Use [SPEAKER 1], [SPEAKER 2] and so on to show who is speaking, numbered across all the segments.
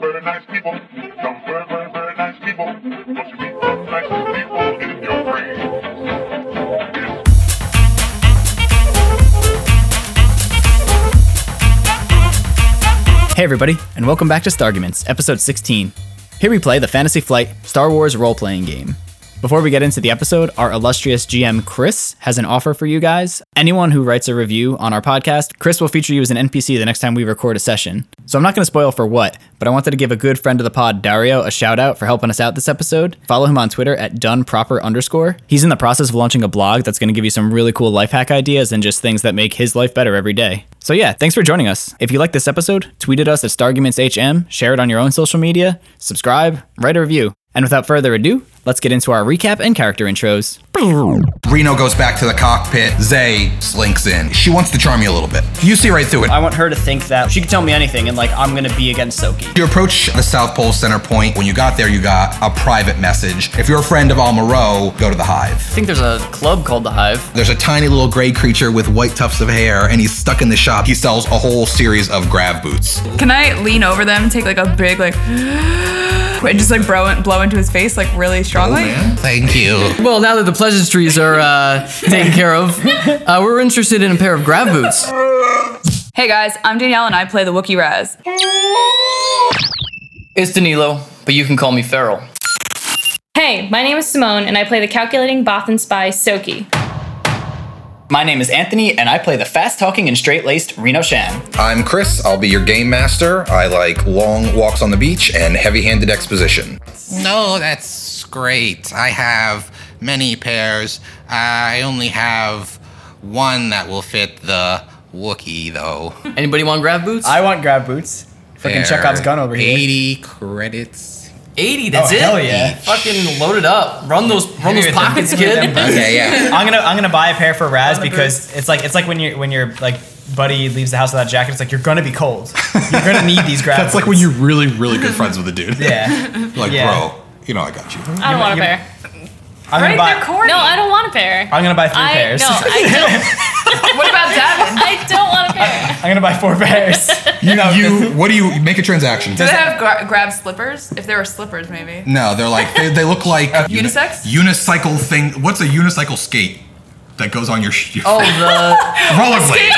[SPEAKER 1] very nice people. Some very, very, very nice people. Don't you meet some nice people in your brain?
[SPEAKER 2] Hey, everybody, and welcome back to Starguments, episode 16. Here we play the Fantasy Flight Star Wars role playing game. Before we get into the episode, our illustrious GM Chris has an offer for you guys. Anyone who writes a review on our podcast, Chris will feature you as an NPC the next time we record a session. So I'm not going to spoil for what, but I wanted to give a good friend of the pod, Dario, a shout out for helping us out this episode. Follow him on Twitter at doneproper underscore. He's in the process of launching a blog that's going to give you some really cool life hack ideas and just things that make his life better every day. So yeah, thanks for joining us. If you like this episode, tweet at us at StargumentsHM, share it on your own social media, subscribe, write a review. And without further ado, let's get into our recap and character intros.
[SPEAKER 3] Reno goes back to the cockpit. Zay slinks in. She wants to charm you a little bit. You see right through it.
[SPEAKER 4] I want her to think that she could tell me anything and like I'm gonna be against Soki.
[SPEAKER 3] You approach the South Pole Center Point. When you got there, you got a private message. If you're a friend of Al Moreau, go to the Hive.
[SPEAKER 4] I think there's a club called the Hive.
[SPEAKER 3] There's a tiny little gray creature with white tufts of hair, and he's stuck in the shop. He sells a whole series of grab boots.
[SPEAKER 5] Can I lean over them, take like a big like, and just like blow, blow into his face like really strongly?
[SPEAKER 3] Thank you.
[SPEAKER 6] Well, now that the pleasantries are uh, taken care of, uh, we're interested in a pair of grab boots.
[SPEAKER 5] hey guys, I'm Danielle and I play the Wookiee Raz.
[SPEAKER 6] It's Danilo, but you can call me Feral.
[SPEAKER 7] Hey, my name is Simone, and I play the calculating Bothan spy Soki.
[SPEAKER 2] My name is Anthony, and I play the fast talking and straight laced Reno Sham.
[SPEAKER 3] I'm Chris. I'll be your game master. I like long walks on the beach and heavy handed exposition.
[SPEAKER 8] No, that's great. I have many pairs. I only have one that will fit the Wookiee, though.
[SPEAKER 6] Anybody want grab boots?
[SPEAKER 4] I want grab boots. Fucking
[SPEAKER 8] There
[SPEAKER 4] Chekhov's gun over here.
[SPEAKER 8] 80 credits.
[SPEAKER 6] 80, that's
[SPEAKER 4] Oh,
[SPEAKER 6] it?
[SPEAKER 4] hell yeah.
[SPEAKER 6] Fucking load it up. Run those, run those
[SPEAKER 4] Hit them.
[SPEAKER 6] pockets,
[SPEAKER 4] Hit them,
[SPEAKER 6] kid.
[SPEAKER 4] bud.
[SPEAKER 3] Yeah, yeah.
[SPEAKER 4] I'm gonna I'm gonna buy a pair for Raz because it's like it's like when you when your like buddy leaves the house without a jacket. It's like you're gonna be cold. You're gonna need these grab
[SPEAKER 3] That's
[SPEAKER 4] boots.
[SPEAKER 3] like when you're really, really good friends with a dude.
[SPEAKER 4] yeah.
[SPEAKER 3] Like,
[SPEAKER 4] Yeah.
[SPEAKER 3] bro, you know I got you.
[SPEAKER 7] I don't want a
[SPEAKER 4] you're-
[SPEAKER 7] pair.
[SPEAKER 4] I'm gonna
[SPEAKER 5] Right, they're
[SPEAKER 4] buy.
[SPEAKER 5] corny.
[SPEAKER 7] No, I don't want a pair.
[SPEAKER 4] I'm gonna buy three
[SPEAKER 7] I
[SPEAKER 4] pairs.
[SPEAKER 7] no, I don't.
[SPEAKER 5] what about Davin?
[SPEAKER 7] I don't want a pair.
[SPEAKER 4] I'm gonna buy four pairs.
[SPEAKER 3] You, you what do you make a transaction?
[SPEAKER 5] Do they have gra- grab slippers? If there were slippers, maybe.
[SPEAKER 3] No, they're like they, they look like
[SPEAKER 5] Unisex?
[SPEAKER 3] unicycle thing. What's a unicycle skate that goes on your, sh- your
[SPEAKER 6] Oh, the.
[SPEAKER 3] rollerblade?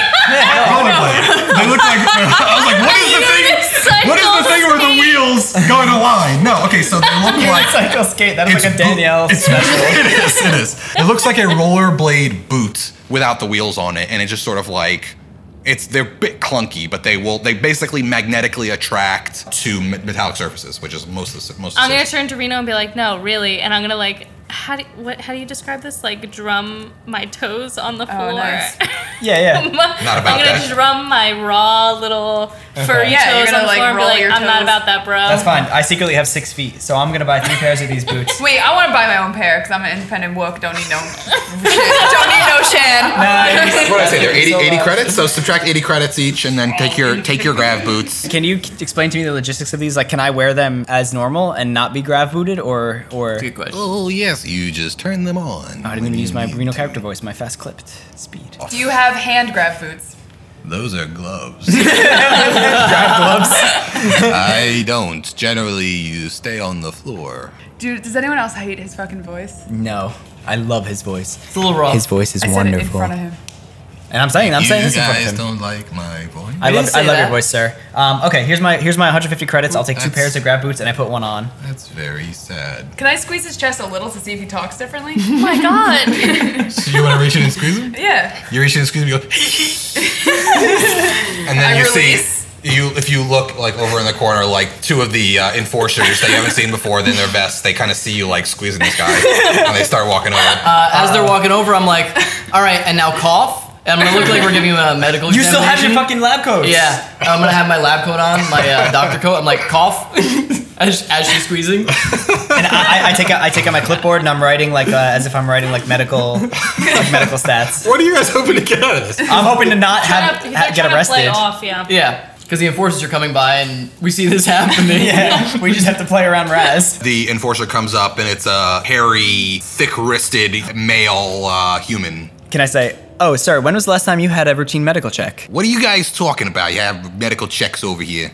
[SPEAKER 3] rollerblade. They look like I was like, what is the thing? What is the thing where the wheels go in a line? No, okay, so they look like
[SPEAKER 4] Cycle skate. That's like a Danielle.
[SPEAKER 3] It's, it is. It is. It looks like a rollerblade boot without the wheels on it, and it just sort of like. It's they're a bit clunky, but they will they basically magnetically attract to me- metallic surfaces, which is most of the most. Of
[SPEAKER 7] I'm
[SPEAKER 3] the
[SPEAKER 7] gonna turn to Reno and be like, "No, really," and I'm gonna like, how do what? How do you describe this? Like, drum my toes on the floor.
[SPEAKER 5] nice.
[SPEAKER 4] Yeah, yeah.
[SPEAKER 7] Not
[SPEAKER 3] about
[SPEAKER 7] I'm gonna
[SPEAKER 3] that.
[SPEAKER 7] drum my raw little furry
[SPEAKER 4] Yeah,
[SPEAKER 5] you're
[SPEAKER 7] toes
[SPEAKER 5] gonna,
[SPEAKER 7] on the
[SPEAKER 5] like,
[SPEAKER 7] floor and be
[SPEAKER 5] roll
[SPEAKER 7] like,
[SPEAKER 5] your
[SPEAKER 7] "I'm not
[SPEAKER 5] toes.
[SPEAKER 7] about that, bro."
[SPEAKER 4] That's fine. I secretly have six feet, so I'm gonna buy three pairs of these boots.
[SPEAKER 5] Wait, I want to buy my own pair because I'm an independent wook. Don't need no, don't need no Shan.
[SPEAKER 4] Nice.
[SPEAKER 3] What did I say there? 80, 80 credits. So subtract 80 credits each, and then take your take your grav boots.
[SPEAKER 4] Can you k- explain to me the logistics of these? Like, can I wear them as normal and not be grab booted, or or
[SPEAKER 6] Good question.
[SPEAKER 3] Oh yes, you just turn them on.
[SPEAKER 4] I'm gonna use my Reno character voice, my fast clipped speed.
[SPEAKER 5] Do you have hand grab boots?
[SPEAKER 3] Those are gloves. gloves. I don't. Generally, you stay on the floor.
[SPEAKER 5] Dude, does anyone else hate his fucking voice?
[SPEAKER 4] No, I love his voice.
[SPEAKER 6] It's a little rough.
[SPEAKER 2] His voice is
[SPEAKER 5] I said
[SPEAKER 2] wonderful.
[SPEAKER 5] it in front of him.
[SPEAKER 4] And I'm saying, I'm saying this in front of him.
[SPEAKER 3] don't like my voice.
[SPEAKER 4] I love,
[SPEAKER 6] didn't
[SPEAKER 4] I love
[SPEAKER 6] say
[SPEAKER 4] your
[SPEAKER 6] that.
[SPEAKER 4] voice, sir. Um, okay, here's my here's my 150 credits. I'll take two
[SPEAKER 3] That's-
[SPEAKER 4] pairs of grab boots and I put one on.
[SPEAKER 3] That's very sad.
[SPEAKER 5] Can I squeeze his chest a little to see if he talks differently?
[SPEAKER 7] Oh my god.
[SPEAKER 3] So you want to reach in and squeeze him?
[SPEAKER 5] yeah.
[SPEAKER 3] You reach in and squeeze him. You go. and then
[SPEAKER 5] I
[SPEAKER 3] you
[SPEAKER 5] release.
[SPEAKER 3] see. You, if you look like over in the corner, like two of the uh, enforcers that you haven't seen before, then their vests, they kind of see you like squeezing this guy, and they start walking over.
[SPEAKER 6] Uh, as they're walking over, I'm like, all right, and now cough. And I'm gonna look like we're giving you a medical
[SPEAKER 4] You still have your
[SPEAKER 6] examination.
[SPEAKER 4] fucking lab coats.
[SPEAKER 6] Yeah, I'm gonna have my lab coat on, my uh, doctor coat. I'm like cough as, as she's squeezing.
[SPEAKER 4] And I, I, I take out I take out my clipboard and I'm writing like uh, as if I'm writing like medical like medical stats.
[SPEAKER 3] What are you guys hoping to get out of this?
[SPEAKER 4] I'm hoping to not have,
[SPEAKER 7] They're
[SPEAKER 4] ha- get
[SPEAKER 7] trying to play
[SPEAKER 4] arrested.
[SPEAKER 7] it off, yeah.
[SPEAKER 6] Yeah, because the enforcers are coming by and we see this happening.
[SPEAKER 4] Yeah, we just have to play around Raz.
[SPEAKER 3] The enforcer comes up and it's a hairy, thick-wristed male uh, human.
[SPEAKER 4] Can I say, oh sir, when was the last time you had a routine medical check?
[SPEAKER 3] What are you guys talking about? You have medical checks over here.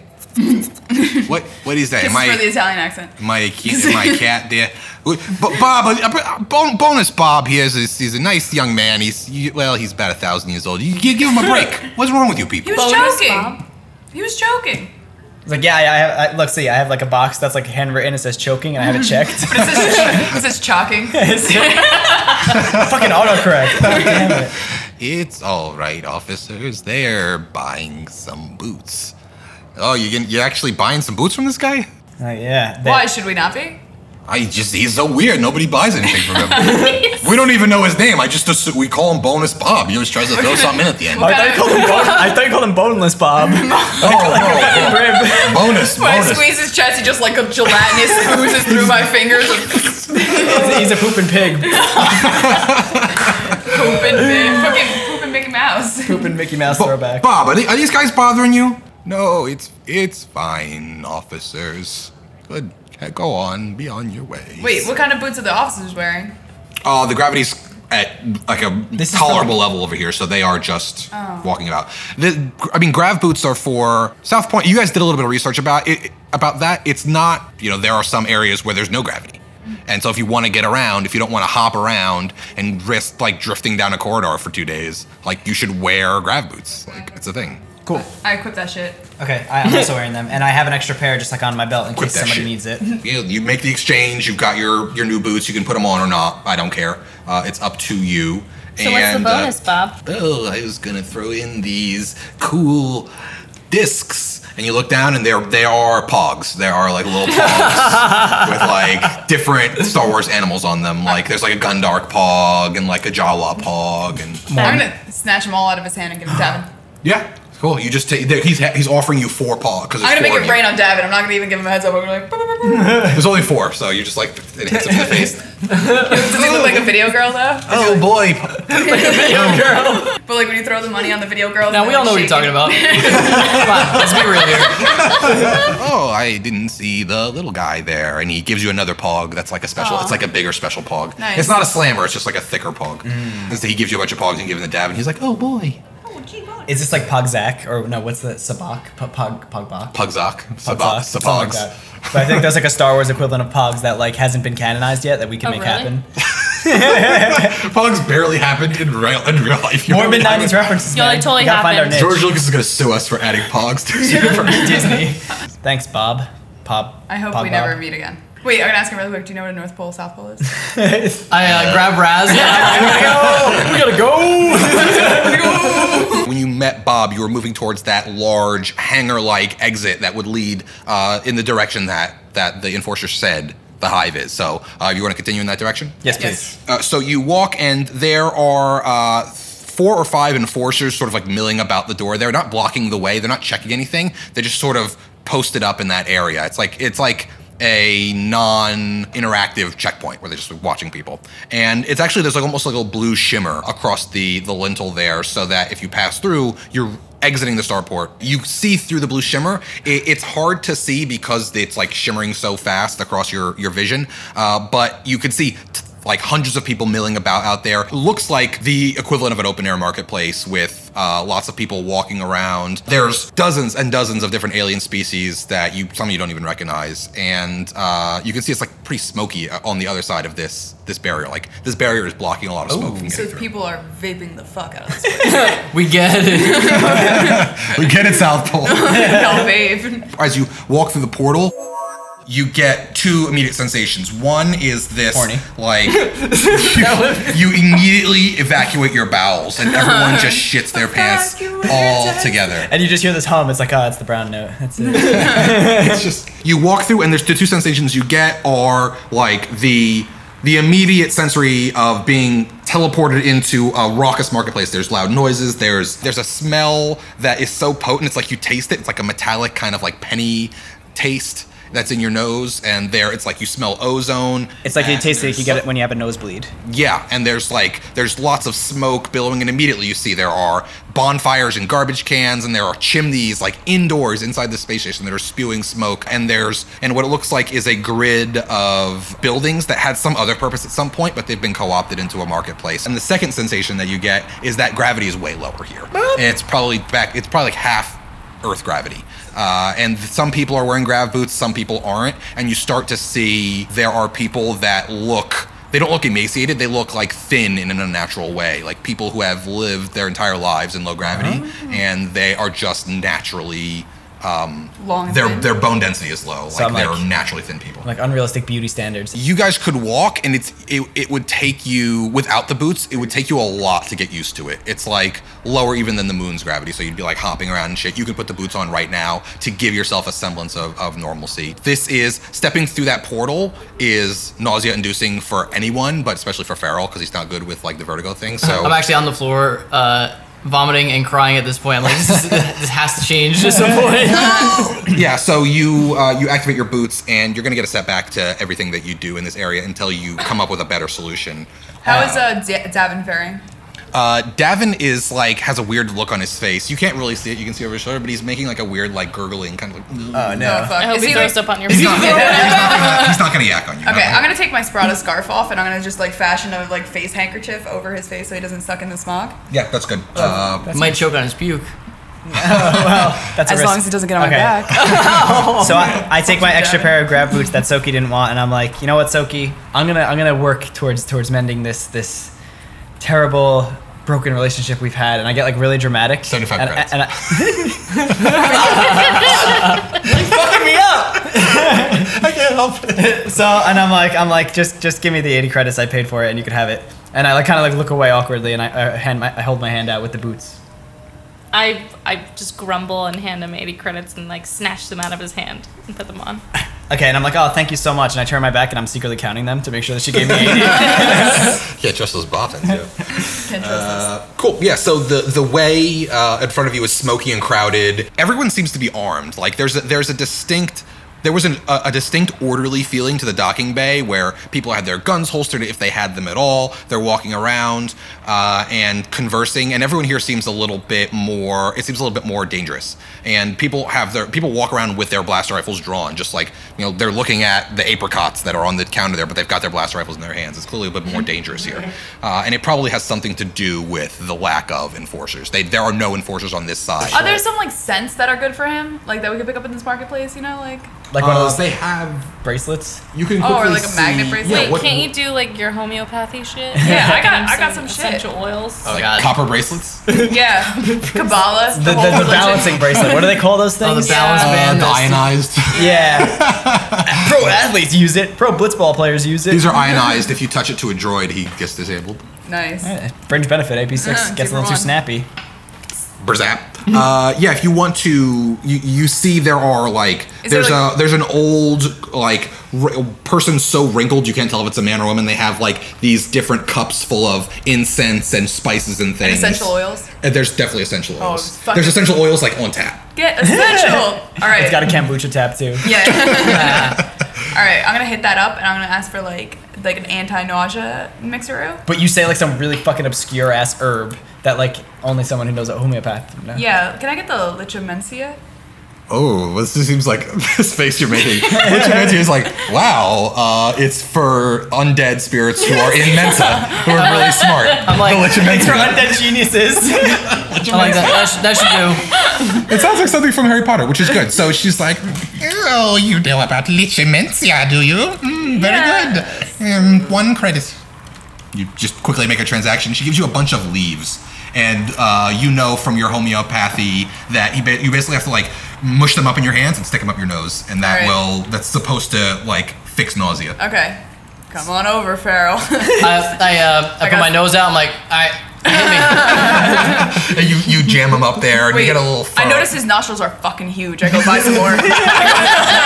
[SPEAKER 3] What what is that?
[SPEAKER 5] This
[SPEAKER 3] Am
[SPEAKER 5] is for the
[SPEAKER 3] I,
[SPEAKER 5] Italian accent.
[SPEAKER 3] am I a kid? Am I a cat there? But Bob, a- a bon- bonus Bob here is is- he's a nice young man. He's you- well, he's about a thousand years old. You give give him a break. What's wrong with you people?
[SPEAKER 5] He was
[SPEAKER 7] Bonus,
[SPEAKER 5] joking.
[SPEAKER 7] Bob.
[SPEAKER 5] He was joking.
[SPEAKER 4] It's like, yeah, I, I have, I, look, see, I have like a box that's like handwritten. It says choking, and I haven't checked.
[SPEAKER 5] But it's just, it's just chalking.
[SPEAKER 4] It's- fucking autocorrect. Damn it.
[SPEAKER 3] It's all right, officers. They're buying some boots. Oh, you can, you're actually buying some boots from this guy?
[SPEAKER 4] Uh, yeah.
[SPEAKER 5] Why
[SPEAKER 4] That,
[SPEAKER 5] should we not be?
[SPEAKER 3] I just he's so weird. Nobody buys anything from him. we don't even know his name. I just assu- we call him Bonus Bob. He always tries to throw something in at the end.
[SPEAKER 4] Oh, I, thought you called him bone, I thought you called him boneless, Bob.
[SPEAKER 3] Oh
[SPEAKER 4] Rib.
[SPEAKER 3] no, bonus,
[SPEAKER 5] When I
[SPEAKER 3] bonus.
[SPEAKER 5] squeeze his chest, he just like a gelatinous oozes through my fingers, like,
[SPEAKER 4] He's a pooping pig.
[SPEAKER 5] pooping big, fucking pooping Mickey Mouse.
[SPEAKER 4] Pooping Mickey Mouse
[SPEAKER 3] Bo-
[SPEAKER 4] throwback.
[SPEAKER 3] Bob, are, the- are these guys bothering you? No, it's it's fine, officers. Good, go on, be on your way.
[SPEAKER 5] Wait, what kind of boots are the officers wearing?
[SPEAKER 3] Uh, the gravity's at like a
[SPEAKER 4] This is
[SPEAKER 3] tolerable
[SPEAKER 4] for-
[SPEAKER 3] level over here, so they are just
[SPEAKER 7] Oh.
[SPEAKER 3] walking about. The, I mean, grav boots are for South Point. You guys did a little bit of research about it. About that, it's not. You know, there are some areas where there's no gravity, and so if you want to get around, if you don't want to hop around and risk like drifting down a corridor for two days, like you should wear grav boots. Like it's a thing.
[SPEAKER 4] Cool.
[SPEAKER 5] I equipped that shit.
[SPEAKER 4] Okay, I, I'm also wearing them, and I have an extra pair just like on my belt in
[SPEAKER 3] Quit
[SPEAKER 4] case
[SPEAKER 3] that
[SPEAKER 4] somebody
[SPEAKER 3] shit.
[SPEAKER 4] needs it.
[SPEAKER 3] You, you make the exchange. You've got your your new boots. You can put them on or not. I don't care. Uh, it's up to you.
[SPEAKER 7] So what's the
[SPEAKER 3] And, uh,
[SPEAKER 7] bonus, Bob?
[SPEAKER 3] oh, I was gonna throw in these cool discs. And you look down, and there they are pogs. There are like little pogs with like different Star Wars animals on them. Like there's like a Gundark pog and like a Jawa pog, and
[SPEAKER 5] I'm gonna snatch them all out of his hand and give them to Davin.
[SPEAKER 3] yeah, cool. You just take. there- He's he's offering you four pogs because
[SPEAKER 5] I'm gonna make it rain on Davin. I'm not gonna even give him a heads up. I'm gonna like, boop, boop, boop, boop.
[SPEAKER 3] There's only four, so you just like it hits him in the face.
[SPEAKER 5] does he look like a video girl though?
[SPEAKER 3] oh boy,
[SPEAKER 5] But like when you throw the money on the video girl.
[SPEAKER 6] Now we all know what you're talking about. Come on, let's be real here.
[SPEAKER 3] oh, I didn't see the little guy there. And he gives you another pog that's like a special,
[SPEAKER 5] Aw.
[SPEAKER 3] it's like a bigger special pog.
[SPEAKER 5] Nice.
[SPEAKER 3] It's not a slammer, it's just like a thicker pog. And so he gives you a bunch of pogs and you give him the dab, and he's like, oh boy.
[SPEAKER 4] Is this like Pogzak or no? What's the Sabak? P- Pog Pogbok.
[SPEAKER 3] Pugzock.
[SPEAKER 4] Pogzak,
[SPEAKER 3] Sabogs.
[SPEAKER 4] something like that. But I think there's like a Star Wars equivalent of Pogs that like hasn't been canonized yet that we can
[SPEAKER 7] Oh,
[SPEAKER 4] make
[SPEAKER 7] really?
[SPEAKER 4] happen.
[SPEAKER 3] Pogs barely happened in real, in real life. You're
[SPEAKER 4] More mid
[SPEAKER 3] right.
[SPEAKER 4] '90s references.
[SPEAKER 7] Yo,
[SPEAKER 4] man.
[SPEAKER 7] it totally
[SPEAKER 4] we gotta
[SPEAKER 7] happened.
[SPEAKER 4] Find our
[SPEAKER 3] George
[SPEAKER 4] niche.
[SPEAKER 3] Lucas is going to sue us for adding pogs to his universe.
[SPEAKER 4] Disney. Thanks, Bob. Pop.
[SPEAKER 5] I hope
[SPEAKER 4] Pog
[SPEAKER 5] we never
[SPEAKER 4] Bob.
[SPEAKER 5] meet again. Wait, I'm gonna ask him really quick. Do you know what a North Pole, South Pole is?
[SPEAKER 6] I uh, grab Raz.
[SPEAKER 4] We gotta go.
[SPEAKER 3] when you met Bob, you were moving towards that large hangar-like exit that would lead uh, in the direction that that the enforcer said the hive is. So, uh, you want to continue in that direction?
[SPEAKER 4] Yes, please.
[SPEAKER 3] Uh, so you walk, and there are uh, four or five enforcers sort of like milling about the door. They're not blocking the way. They're not checking anything. They're just sort of posted up in that area. It's like it's like a non-interactive checkpoint where they're just watching people. And it's actually there's like almost like a blue shimmer across the the lintel there, so that if you pass through, you're exiting the starport you see through the blue shimmer it, it's hard to see because it's like shimmering so fast across your your vision uh, but you can see t- like hundreds of people milling about out there. Looks like the equivalent of an open air marketplace with uh, lots of people walking around. There's dozens and dozens of different alien species that you some you don't even recognize, and uh, you can see it's like pretty smoky uh, on the other side of this this barrier. Like this barrier is blocking a lot of smoke from
[SPEAKER 5] so
[SPEAKER 3] getting through.
[SPEAKER 5] people are vaping the fuck out of this. place.
[SPEAKER 6] We get it.
[SPEAKER 3] We get it, South Pole.
[SPEAKER 5] no vape.
[SPEAKER 3] as you walk through the portal, you get two immediate sensations. One is this
[SPEAKER 4] Horny.
[SPEAKER 3] like you, you immediately evacuate your bowels and everyone just shits their pants
[SPEAKER 5] Evacuate.
[SPEAKER 3] all together.
[SPEAKER 4] And you just hear this hum. It's like, oh, it's the brown note. That's it.
[SPEAKER 3] It's just you walk through and there's the two sensations you get are like the the immediate sensory of being teleported into a raucous marketplace. There's loud noises. There's there's a smell that is so potent. It's like you taste it. It's like a metallic kind of like penny taste that's in your nose. And there, it's like you smell ozone.
[SPEAKER 4] It's like it
[SPEAKER 3] And
[SPEAKER 4] tastes like you
[SPEAKER 3] there's-
[SPEAKER 4] get it when you have a nosebleed.
[SPEAKER 3] yeah, and there's like there's lots of smoke billowing, and immediately you see there are bonfires and garbage cans, and there are chimneys like indoors inside the space station that are spewing smoke, and there's and what it looks like is a grid of buildings that had some other purpose at some point, but they've been co-opted into a marketplace. And the second sensation that you get is that gravity is way lower here. It's probably back. It's probably like half
[SPEAKER 8] Earth gravity. Uh, and some people are wearing grav boots, some people aren't. And you start to see there are people that look, they don't look emaciated, they look like thin in an unnatural way. Like people who have lived their entire lives in low gravity and they are just naturally, um,
[SPEAKER 5] Long.
[SPEAKER 8] their,
[SPEAKER 5] thing.
[SPEAKER 8] their bone density is low.
[SPEAKER 4] So
[SPEAKER 8] Like
[SPEAKER 4] I'm
[SPEAKER 8] they're
[SPEAKER 4] like-
[SPEAKER 8] naturally thin people.
[SPEAKER 4] Like unrealistic beauty standards.
[SPEAKER 8] You guys could walk, and it's it, it would take you without the boots. It would take you a lot to get used to it. It's like lower even than the moon's gravity, so you'd be like hopping around and shit. You could put the boots on right now to give yourself a semblance of, of normalcy. This is stepping through that portal is nausea inducing for anyone, but especially for Farrell because he's not good with like the vertigo thing. So
[SPEAKER 6] I'm actually on the floor, uh, vomiting and crying at this point. I'm like, this, is, this has to change at some point.
[SPEAKER 8] yeah, so you uh, you activate your boots, and you're gonna get a setback to everything that you do in this area until you come up with a better solution.
[SPEAKER 5] How is uh, Da- Davin faring?
[SPEAKER 8] Uh, Davin is like has a weird look on his face. You can't really see it. You can see over his shoulder, but he's making like a weird like gurgling kind of like.
[SPEAKER 4] Oh
[SPEAKER 5] Oh,
[SPEAKER 4] no.
[SPEAKER 5] fuck.
[SPEAKER 7] I hope
[SPEAKER 5] Is
[SPEAKER 7] he
[SPEAKER 5] he
[SPEAKER 7] throws
[SPEAKER 5] like-
[SPEAKER 7] up on your.
[SPEAKER 8] He's not, he's, not gonna, he's not gonna yak on you.
[SPEAKER 5] Okay,
[SPEAKER 8] no.
[SPEAKER 5] I'm gonna take my Sprada scarf off and I'm gonna just like fashion a like face handkerchief over his face so he doesn't suck in the smog.
[SPEAKER 8] Yeah, that's good. Uh,
[SPEAKER 6] Might choke on his puke.
[SPEAKER 4] That's a
[SPEAKER 5] As
[SPEAKER 4] risk.
[SPEAKER 5] long as it doesn't get on
[SPEAKER 4] Okay.
[SPEAKER 5] my back.
[SPEAKER 4] So I, I take my extra pair of grab boots that Soki didn't want, and I'm like, you know what, Soki, I'm gonna I'm gonna work towards towards mending this this terrible broken relationship we've had, and I get like really dramatic.
[SPEAKER 8] 75
[SPEAKER 4] and,
[SPEAKER 8] credits.
[SPEAKER 4] And I, You fucking me up. I can't help it. So and I'm like I'm like just just give me the 80 credits I paid for it, and you could have it. And I like kind of like look away awkwardly, and I, I hand my I hold my hand out with the boots.
[SPEAKER 7] I I just grumble and hand him 80 credits and like snatch them out of his hand and put them on.
[SPEAKER 4] Okay, and I'm like, oh, thank you so much. And I turn my back, and I'm secretly counting them to make sure that she gave me 80.
[SPEAKER 8] yeah, trust those boffins. Yeah. Uh, cool. Yeah. So the the way uh, in front of you is smoky and crowded. Everyone seems to be armed. Like there's a, there's a distinct. There was an, a, a distinct orderly feeling to the docking bay where people had their guns holstered if they had them at all. They're walking around uh, and conversing, and everyone here seems a little bit more. It seems a little bit more dangerous. And people have their people walk around with their blaster rifles drawn, just like you know they're looking at the apricots that are on the counter there, but they've got their blaster rifles in their hands. It's clearly a bit more dangerous here, uh, and it probably has something to do with the lack of enforcers. They, there are no enforcers on this side.
[SPEAKER 5] Are there some like scents that are good for him? Like that we could pick up in this marketplace, you know, like
[SPEAKER 4] Like one of
[SPEAKER 8] Uh,
[SPEAKER 4] those
[SPEAKER 8] they have
[SPEAKER 4] bracelets.
[SPEAKER 8] you can
[SPEAKER 5] Oh, or
[SPEAKER 8] quickly
[SPEAKER 5] like a magnet
[SPEAKER 8] see-
[SPEAKER 5] bracelet?
[SPEAKER 8] yeah,
[SPEAKER 7] Wait,
[SPEAKER 8] what-
[SPEAKER 7] can't you do like your homeopathy shit?
[SPEAKER 5] Yeah, I got-
[SPEAKER 7] And
[SPEAKER 5] I got some shit.
[SPEAKER 7] essential oils.
[SPEAKER 6] Oh god.
[SPEAKER 8] copper bracelets?
[SPEAKER 5] yeah, Kabbalah.
[SPEAKER 4] The, the,
[SPEAKER 5] whole
[SPEAKER 4] the
[SPEAKER 5] religion.
[SPEAKER 4] balancing bracelet. What do they call those
[SPEAKER 6] Oh,
[SPEAKER 4] things? Uh,
[SPEAKER 6] the balance
[SPEAKER 5] Yeah.
[SPEAKER 6] band.
[SPEAKER 8] the
[SPEAKER 6] that's-
[SPEAKER 8] ionized.
[SPEAKER 4] yeah. Pro athletes use it. Pro blitzball players use it.
[SPEAKER 8] These are ionized. If you touch it to a droid, he gets disabled.
[SPEAKER 5] Nice.
[SPEAKER 4] Eh, Fringe benefit. AP6
[SPEAKER 5] Uh,
[SPEAKER 4] gets a little too
[SPEAKER 5] keep it on.
[SPEAKER 4] snappy.
[SPEAKER 8] Berzap.
[SPEAKER 5] Mm-hmm.
[SPEAKER 8] Uh, yeah, if you want to, you, you see there are like
[SPEAKER 5] Is there,
[SPEAKER 8] there's
[SPEAKER 5] like-
[SPEAKER 8] a there's an old like r- person so wrinkled you can't tell if it's a man or woman. They have like these different cups full of incense and spices and things.
[SPEAKER 5] essential oils?
[SPEAKER 8] Uh, there's definitely essential
[SPEAKER 5] Oh,
[SPEAKER 8] oils.
[SPEAKER 5] fuck.
[SPEAKER 8] there's essential oils like on tap.
[SPEAKER 5] Get essential. All right.
[SPEAKER 4] It's got a kombucha tap too.
[SPEAKER 5] yeah. All right, I'm gonna hit that up and I'm gonna ask for like like an anti-nausea mixer.
[SPEAKER 4] But you say like some really fucking obscure ass herb that like only someone who knows a homeopath would know.
[SPEAKER 5] Yeah. Can I get the lichomencia?
[SPEAKER 8] Oh, this just seems like this face you're making. Which means is like, wow, uh, it's for undead spirits who are in Mensa, who are really smart. I'm
[SPEAKER 6] like,
[SPEAKER 4] It's for undead geniuses.
[SPEAKER 6] I like that. That, should, that should do.
[SPEAKER 8] It sounds like something from Harry Potter, which is good. So she's like,
[SPEAKER 3] Oh, you know about lichimencia, do you? Mm, very
[SPEAKER 5] Yes.
[SPEAKER 3] good. Um, one credit.
[SPEAKER 8] you just quickly make a transaction. She gives you a bunch of leaves, and uh, you know from your homeopathy that you, ba- you basically have to like mush them up in your hands and stick them up your nose, and that
[SPEAKER 5] All right.
[SPEAKER 8] will that's supposed to like fix nausea.
[SPEAKER 5] Okay. Come on over, Farrell.
[SPEAKER 6] I, I, uh, I,
[SPEAKER 5] I
[SPEAKER 6] put
[SPEAKER 5] got-
[SPEAKER 6] my nose out. I'm like, I hit me.
[SPEAKER 8] And you you jam them up there, and
[SPEAKER 5] Wait,
[SPEAKER 8] you get a little.
[SPEAKER 5] I
[SPEAKER 8] fur.
[SPEAKER 5] noticed his nostrils are fucking huge. I go buy some more.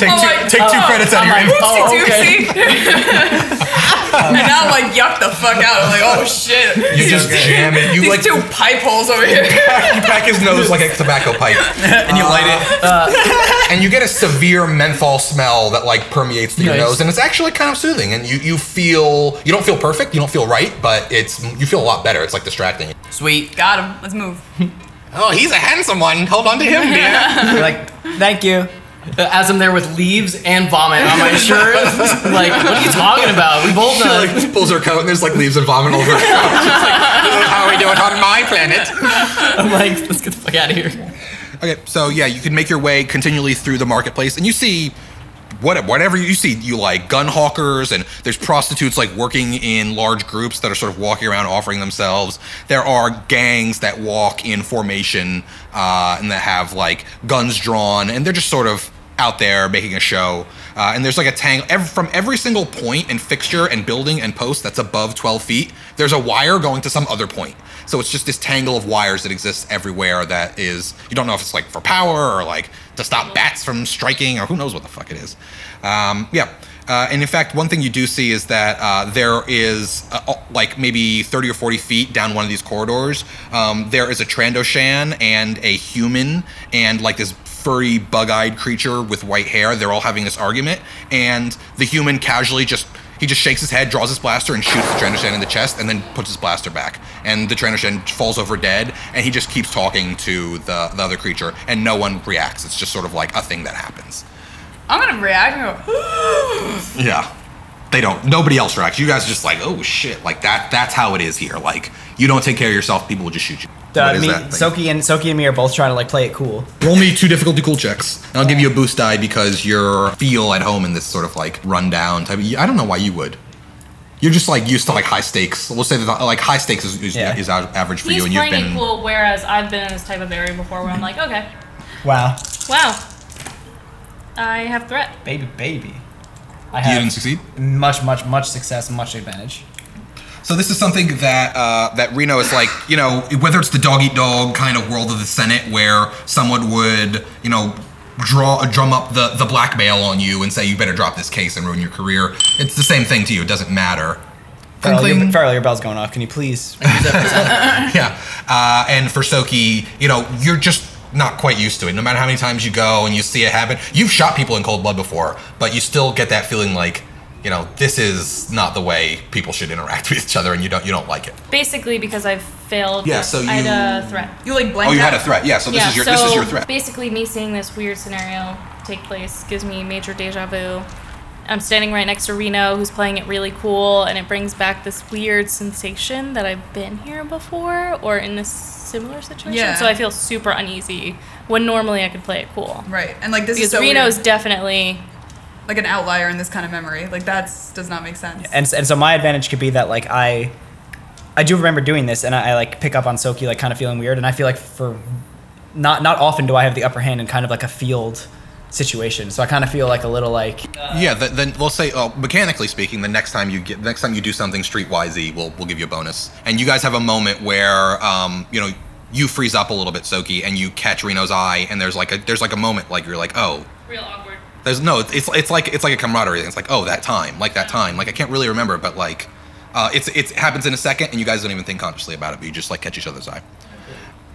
[SPEAKER 8] Take
[SPEAKER 5] I'm
[SPEAKER 8] two
[SPEAKER 5] like,
[SPEAKER 8] take two
[SPEAKER 5] oh,
[SPEAKER 8] credits out of your
[SPEAKER 6] I'm like,
[SPEAKER 8] inventory.
[SPEAKER 6] oh, okay.
[SPEAKER 5] Oopsie doopsie. and now I'm like, yuck the fuck out. I'm like, oh shit.
[SPEAKER 8] You just jam it. You
[SPEAKER 5] These
[SPEAKER 8] like
[SPEAKER 5] two pipe holes over here.
[SPEAKER 8] you pack his nose like a tobacco pipe, and you light it, and you get a severe menthol smell that like permeates through your
[SPEAKER 6] Nice.
[SPEAKER 8] nose, and it's actually kind of soothing. And you you feel you don't feel perfect, you don't feel right, but it's you feel a lot better. It's like distracting.
[SPEAKER 6] Sweet.
[SPEAKER 5] Got him. Let's move.
[SPEAKER 3] Oh, he's a handsome one. Hold on to him, dear.
[SPEAKER 4] You're like, thank you.
[SPEAKER 6] Uh, As I'm there with leaves and vomit on my shirt. like, what are you talking about? We both uh, know.
[SPEAKER 8] She like pulls her coat, and there's like leaves and vomit all over. her.
[SPEAKER 3] How are we doing on my planet?
[SPEAKER 6] I'm like, let's get the fuck out of here.
[SPEAKER 3] Okay, so yeah, you can make your way continually through the marketplace, and you see what whatever you see, you like gun hawkers, and there's prostitutes like working in large groups that are sort of walking around offering themselves. There are gangs that walk in formation uh, and that have like guns drawn, and they're just sort of out there making a show. Uh, and there's like a tangle ev- from every single point and fixture and building and post that's above 12 feet. There's a wire going to some other point. So it's just this tangle of wires that exists everywhere. That is, you don't know if it's like for power or like to stop bats from striking or who knows what the fuck it is. Um, yeah. Uh, and in fact, one thing you do see is that uh, there is uh, uh, like maybe 30 or 40 feet down one of these corridors, um, there is a Trandoshan and a human and like this furry, bug eyed creature with white hair. They're all having this argument. And the human casually just. He just shakes his head, draws his blaster, and shoots the Trandoshan in the chest, and then puts his blaster back. And the Trandoshan falls over dead, and he just keeps talking to the, the other creature, and no one reacts. It's just sort of like a thing that happens.
[SPEAKER 5] I'm gonna react and go,
[SPEAKER 3] Yeah. They don't. Nobody else reacts. You guys are just like, oh shit, like that. That's how it is here. Like you don't take care of yourself, people will just shoot you.
[SPEAKER 4] Uh,
[SPEAKER 3] What is
[SPEAKER 4] me,
[SPEAKER 3] that thing?
[SPEAKER 4] Soki and Soki and me are both trying to like play it cool.
[SPEAKER 3] Roll me two difficulty cool checks, and I'll give you a boost die because you're feel at home in this sort of like rundown type. I don't know why you would. You're just like used to like high stakes. We'll say that like high stakes is, is,
[SPEAKER 4] Yeah.
[SPEAKER 3] is a- average for
[SPEAKER 7] He's
[SPEAKER 3] you, and you've
[SPEAKER 7] playing
[SPEAKER 3] been
[SPEAKER 7] it cool, whereas I've been in this type of area before where I'm like, okay,
[SPEAKER 4] Wow,
[SPEAKER 7] wow, I have threat.
[SPEAKER 4] baby, baby. I
[SPEAKER 3] you
[SPEAKER 4] have
[SPEAKER 3] didn't succeed.
[SPEAKER 4] much, much, much success, much advantage.
[SPEAKER 3] So this is something that uh, that Reno is like, you know, whether it's the dog eat dog kind of world of the Senate, where someone would, you know, draw drum up the the blackmail on you and say you better drop this case and ruin your career. It's the same thing to you. It doesn't matter.
[SPEAKER 4] Farrell,
[SPEAKER 3] Crinkling.
[SPEAKER 4] your, Farrell, your bell's going off. Can you please?
[SPEAKER 3] Yeah. Uh, and for Soki, you know, you're just not quite used to it. No matter how many times you go and you see it happen, you've shot people in cold blood before, but you still get that feeling like, you know, this is not the way people should interact with each other, and you don't you don't like it.
[SPEAKER 7] Basically, because I've failed.
[SPEAKER 3] Yeah, so
[SPEAKER 7] I had
[SPEAKER 3] you-
[SPEAKER 7] a threat.
[SPEAKER 5] you like blanked
[SPEAKER 3] Oh, you had a
[SPEAKER 5] out.
[SPEAKER 3] threat. Yeah. So this
[SPEAKER 7] yeah,
[SPEAKER 3] is your
[SPEAKER 7] so
[SPEAKER 3] this is your threat.
[SPEAKER 7] basically, me seeing this weird scenario take place gives me major deja vu. I'm standing right next to Reno, who's playing it really cool, and it brings back this weird sensation that I've been here before or in this similar situation.
[SPEAKER 5] Yeah.
[SPEAKER 7] So I feel super uneasy when normally I could play it cool.
[SPEAKER 5] Right, and like this is
[SPEAKER 7] Because
[SPEAKER 5] so
[SPEAKER 7] Reno's
[SPEAKER 5] weird.
[SPEAKER 7] definitely
[SPEAKER 5] like an outlier in this kind of memory. Like that's does not make sense.
[SPEAKER 4] and and so my advantage could be that like I, I do remember doing this, and I, I like pick up on Soki like kind of feeling weird, and I feel like for, not not often do I have the upper hand in kind of like a field situation, so I kind of feel like a little like
[SPEAKER 3] yeah. th- Then we'll say, uh, mechanically speaking, the next time you get, the next time you do something streetwisey, we'll we'll give you a bonus. And you guys have a moment where, um, you know, you freeze up a little bit, Soki, and you catch Reno's eye, and there's like a there's like a moment like you're like, oh,
[SPEAKER 7] real awkward.
[SPEAKER 3] There's no. It's it's like it's like a camaraderie. thing. It's like oh that time, like that time. Like I can't really remember, but like, uh, it's it's it happens in a second, and you guys don't even think consciously about it, but you just like catch each other's eye.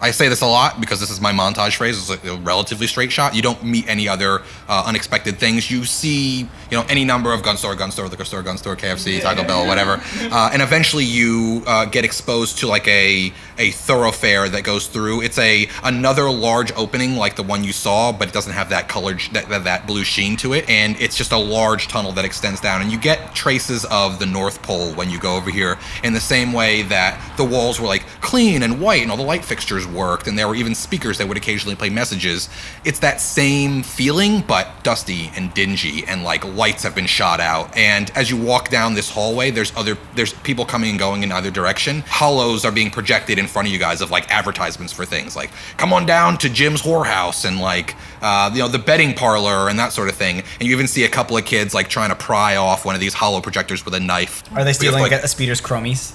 [SPEAKER 3] I say this a lot because this is my montage phrase. It's like a relatively straight shot. You don't meet any other uh, unexpected things. You see, you know, any number of gun store, gun store, liquor store, gun store, KFC, Taco Bell, whatever, uh, and eventually you uh, get exposed to like a a thoroughfare that goes through. It's a another large opening like the one you saw, but it doesn't have that colored sh- that, that that blue sheen to it, and it's just a large tunnel that extends down. And you get traces of the North Pole when you go over here, in the same way that the walls were like clean and white, and all the light fixtures worked, and there were even speakers that would occasionally play messages. It's that same feeling, but dusty and dingy, and like lights have been shot out. And as you walk down this hallway, there's other there's people coming and going in either direction. Hollows are being projected in front of you guys of like advertisements for things like come on down to Jim's whorehouse and like uh, you know the betting parlor and that sort of thing. And you even see a couple of kids like trying to pry off one of these hollow projectors with a knife.
[SPEAKER 4] are they
[SPEAKER 3] But you have to,
[SPEAKER 4] stealing
[SPEAKER 3] like-
[SPEAKER 4] a speeder's chromies?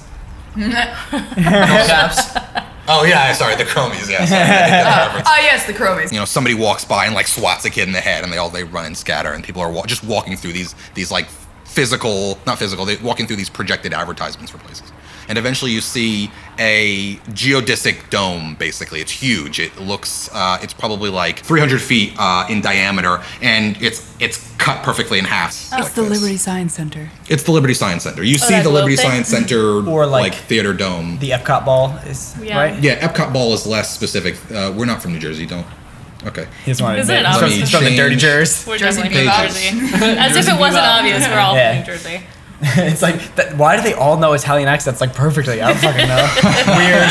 [SPEAKER 6] Caps.
[SPEAKER 3] Oh yeah, sorry, the chromies. Yeah, sorry, I didn't get the reference.
[SPEAKER 5] Oh yes, the Crowies.
[SPEAKER 3] you know somebody walks by and like swats a kid in the head and they all they run and scatter and people are wa- just walking through these these like physical not physical they walking through these projected advertisements for places and eventually you see a geodesic dome basically it's huge it looks uh, it's probably like 300 feet uh, in diameter and it's it's cut perfectly in half like this.
[SPEAKER 5] Science Center.
[SPEAKER 3] it's the liberty science center
[SPEAKER 4] Oh,
[SPEAKER 3] you see
[SPEAKER 7] that
[SPEAKER 3] the
[SPEAKER 7] little
[SPEAKER 3] liberty
[SPEAKER 7] thing?
[SPEAKER 3] science center
[SPEAKER 4] Or, like,
[SPEAKER 3] theater dome
[SPEAKER 4] The Epcot ball is
[SPEAKER 7] Yeah.
[SPEAKER 4] right.
[SPEAKER 3] yeah epcot ball is less specific uh, we're not from new jersey don't okay
[SPEAKER 4] He doesn't want to
[SPEAKER 7] Isn't
[SPEAKER 4] admit
[SPEAKER 7] it Oh,
[SPEAKER 4] it. He's from-
[SPEAKER 7] obvious?
[SPEAKER 4] He's from the Dirty
[SPEAKER 3] Change.
[SPEAKER 4] Jers.
[SPEAKER 7] We're
[SPEAKER 5] Jersey
[SPEAKER 7] definitely from
[SPEAKER 5] Bebop.
[SPEAKER 7] Jersey. As if it wasn't obvious, we're all
[SPEAKER 4] Yeah.
[SPEAKER 7] from New Jersey.
[SPEAKER 4] it's like, that, why do they all know Italian accents like perfectly? I don't fucking know. Weird.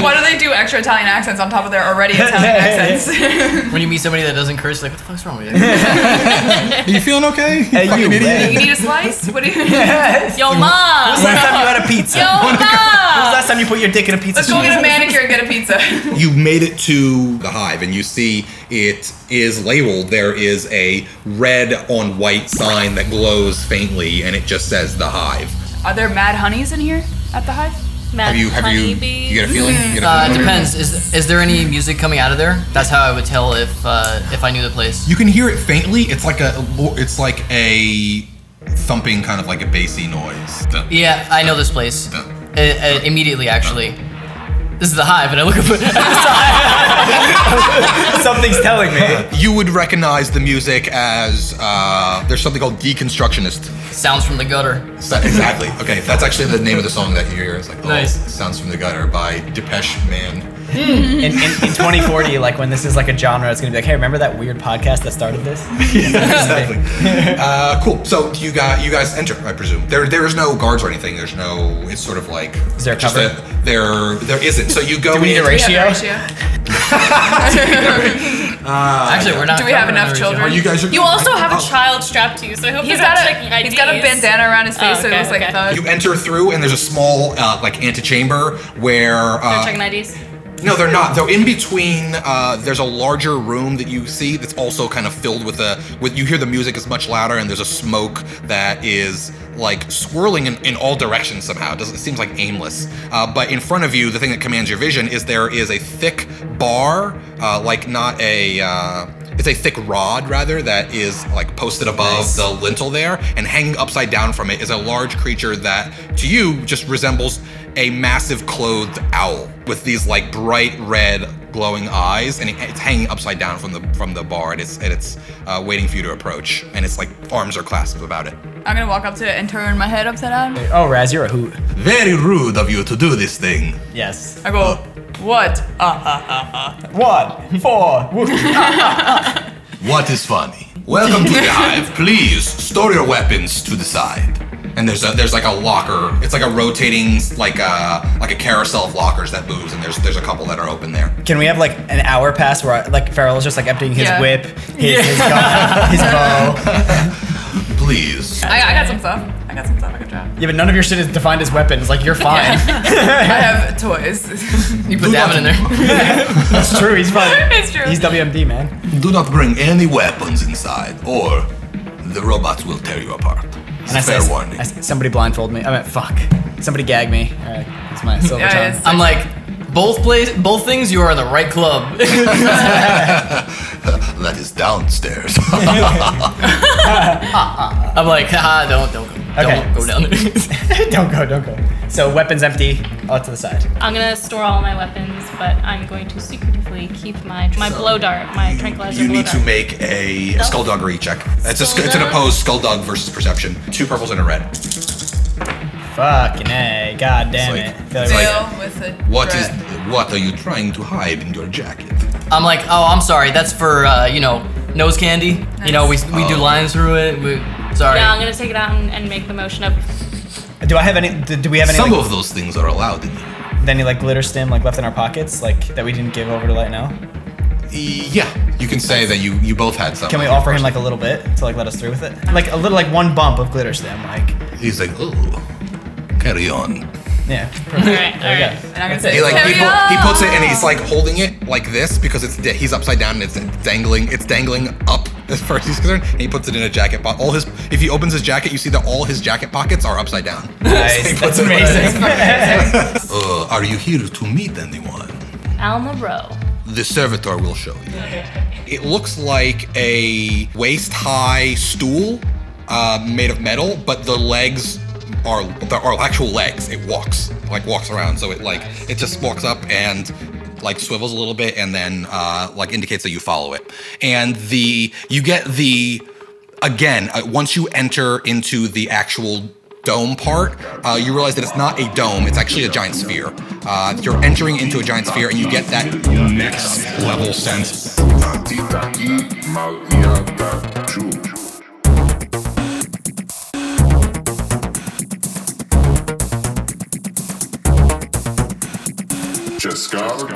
[SPEAKER 5] Why do they do extra Italian accents on top of their already Italian accents?
[SPEAKER 6] When you meet somebody that doesn't curse, like, what the fuck's wrong with you?
[SPEAKER 3] Are you feeling okay?
[SPEAKER 4] Hey, you,
[SPEAKER 3] fucking idiot.
[SPEAKER 5] you need a slice? What do you?
[SPEAKER 7] Yo, ma!
[SPEAKER 4] Last time you had a pizza.
[SPEAKER 7] Yo, ma!
[SPEAKER 4] Last time you put your dick in a pizza.
[SPEAKER 5] Let's go get a manicure and get a pizza.
[SPEAKER 3] you made it to the hive and you see it is labeled there is a red on white sign that glows faintly and it just says the hive
[SPEAKER 5] Are there mad honeys in here at the hive?
[SPEAKER 7] Mad
[SPEAKER 3] have you have you
[SPEAKER 7] honeybees.
[SPEAKER 3] you get a feeling you get a
[SPEAKER 6] Uh, it
[SPEAKER 3] feeling?
[SPEAKER 6] depends. Is is there any music coming out of there? That's how I would tell if uh, if I knew the place.
[SPEAKER 3] you can hear it faintly it's like a it's like a thumping kind of like a bassy noise
[SPEAKER 6] Yeah, I know this place. Uh, uh, immediately, actually. This is the hive, and I look up.
[SPEAKER 4] Something's telling me.
[SPEAKER 3] you would recognize the music as uh, there's something called deconstructionist
[SPEAKER 6] Sounds from the gutter.
[SPEAKER 3] So- exactly okay that's actually the name of the song that you hear it's like oh,
[SPEAKER 6] Nice.
[SPEAKER 3] sounds from the gutter by depeche man
[SPEAKER 4] In, in, in 2040, like when this is like a genre, it's gonna be like, hey, remember that weird podcast that started this?
[SPEAKER 3] exactly. uh, cool. So you got you guys enter, I presume. There there is no guards or anything. There's no. It's sort of like.
[SPEAKER 4] Is there a
[SPEAKER 3] just
[SPEAKER 4] cover?
[SPEAKER 3] there there isn't. So you go.
[SPEAKER 4] Do we need
[SPEAKER 3] in-
[SPEAKER 4] a ratio?
[SPEAKER 5] Yeah, ratio.
[SPEAKER 6] actually, we're not.
[SPEAKER 5] Do we have
[SPEAKER 6] covered
[SPEAKER 5] enough
[SPEAKER 6] under each
[SPEAKER 5] children?
[SPEAKER 3] Are you guys? Are,
[SPEAKER 7] You also have a
[SPEAKER 3] Oh.
[SPEAKER 7] child strapped to you, so I hope
[SPEAKER 5] he's
[SPEAKER 7] they're
[SPEAKER 5] got
[SPEAKER 7] not
[SPEAKER 5] a
[SPEAKER 7] checking IDs.
[SPEAKER 5] he's got a bandana around his face,
[SPEAKER 7] Oh,
[SPEAKER 5] so it
[SPEAKER 7] okay,
[SPEAKER 5] looks like
[SPEAKER 7] okay.
[SPEAKER 5] a thug.
[SPEAKER 3] You enter through, and there's a small uh, like antechamber where.
[SPEAKER 7] They're
[SPEAKER 3] Uh,
[SPEAKER 7] checking IDs.
[SPEAKER 3] No, they're not. Though in between, uh, there's a larger room that you see that's also kind of filled with a with. You hear the music is much louder, and there's a smoke that is like swirling in, in all directions somehow. It, doesn't, it seems like aimless. Uh, but in front of you, the thing that commands your vision is there is a thick bar, uh, like not a. Uh, it's a thick rod, rather, that is like posted above the lintel there, and hanging upside down from it is a large creature that, to you, just resembles a massive clothed owl with these like bright red glowing eyes, and it- it's hanging upside down from the from the bar, and it's and it's uh, waiting for you to approach, and it's like arms are clasped about it.
[SPEAKER 5] I'm gonna walk up to it and turn my head upside down.
[SPEAKER 4] Oh, Raz, you're a hoot.
[SPEAKER 3] Very rude of you to do this thing.
[SPEAKER 4] Yes.
[SPEAKER 5] I go, what? Uh,
[SPEAKER 4] One, four.
[SPEAKER 3] What is funny? Welcome to the hive. Please store your weapons to the side. And there's a there's like a locker. It's like a rotating like a like a carousel of lockers that moves, and there's there's a couple that are open there.
[SPEAKER 4] Can we have like an hour pass where I, like Farrell's just like emptying his
[SPEAKER 5] Yeah.
[SPEAKER 4] whip, his, his gun, his bow?
[SPEAKER 3] Please.
[SPEAKER 5] I, I got some stuff. I got some stuff. I can drop.
[SPEAKER 4] Yeah, but none of your shit is defined as weapons. Like you're fine.
[SPEAKER 5] I have toys.
[SPEAKER 6] You put that one in there.
[SPEAKER 4] That's true. He's fine.
[SPEAKER 5] It's true.
[SPEAKER 4] He's WMD man.
[SPEAKER 3] Do not bring any weapons inside, or the robots will tear you apart.
[SPEAKER 4] And I say, I say- somebody blindfold me. I meant fuck. Somebody gag me. All right, it's my silver
[SPEAKER 5] Yeah,
[SPEAKER 4] tongue.
[SPEAKER 5] it's-
[SPEAKER 6] I'm like, both place, both things. You are in the right club.
[SPEAKER 3] that is downstairs.
[SPEAKER 6] I'm like, haha, don't don't go,
[SPEAKER 4] Okay.
[SPEAKER 6] don't go down there.
[SPEAKER 4] don't go, don't go. So weapons empty, out to the side.
[SPEAKER 7] I'm gonna store all my weapons, but I'm going to secretively keep my my blow dart, my tranquilizer
[SPEAKER 3] you
[SPEAKER 7] blow
[SPEAKER 3] need to
[SPEAKER 7] dart.
[SPEAKER 3] make a
[SPEAKER 7] Stealth?
[SPEAKER 3] skullduggery check. It's a, sc- it's an
[SPEAKER 7] Skulldug-
[SPEAKER 3] opposed skulldug versus perception. Two purples and a red.
[SPEAKER 4] Fucking a, god damn
[SPEAKER 3] It's
[SPEAKER 4] it. I feel
[SPEAKER 3] like- it's
[SPEAKER 4] like-
[SPEAKER 3] like-
[SPEAKER 5] Deal with the
[SPEAKER 3] What is?
[SPEAKER 5] threat.
[SPEAKER 3] What are you trying to hide in your jacket?
[SPEAKER 6] I'm like, oh, I'm sorry. That's for uh, you know nose candy. You know, we, we do
[SPEAKER 3] Oh.
[SPEAKER 6] lines through it. We, sorry.
[SPEAKER 7] Yeah, I'm gonna take it out and, and make the motion of
[SPEAKER 4] do I have any? Do, do we have any?
[SPEAKER 3] Some
[SPEAKER 4] Like,
[SPEAKER 3] of those things are allowed in
[SPEAKER 4] any like glitter stim like left in our pockets, like that we didn't give over to Light now?
[SPEAKER 3] Yeah, you can say that you you both had some.
[SPEAKER 4] Can we offer him like a little bit to like let us through with it? Like a little, like one bump of glitter stim, like
[SPEAKER 3] He's like, oh, carry on.
[SPEAKER 4] yeah.
[SPEAKER 7] Alright,
[SPEAKER 4] There you
[SPEAKER 7] alright.
[SPEAKER 4] go.
[SPEAKER 5] And I'm
[SPEAKER 4] That's it.
[SPEAKER 5] gonna say,
[SPEAKER 3] He like
[SPEAKER 5] Carry
[SPEAKER 3] he, put- he puts it and
[SPEAKER 5] on.
[SPEAKER 3] he's like holding it like this because it's da- he's upside down and it's dangling it's dangling up as far as he's concerned. And he puts it in a jacket pocket. All his if he opens his jacket, you see that all his jacket pockets are upside down.
[SPEAKER 4] Nice. That's amazing.
[SPEAKER 3] Uh, are you here to meet anyone?
[SPEAKER 7] Alma Rowe.
[SPEAKER 3] The servitor will show you. It looks like a waist-high stool uh, made of metal, but the legs are there are actual legs. It walks like walks around, so it like it just walks up and like swivels a little bit, and then uh, like indicates that you follow it. And the you get the again uh, once you enter into the actual dome part uh, you realize that it's not a dome it's actually a giant sphere uh, you're entering into a giant sphere and you get that next level sense
[SPEAKER 1] Taki taki małpiaka ciu. Historical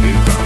[SPEAKER 1] Hotline.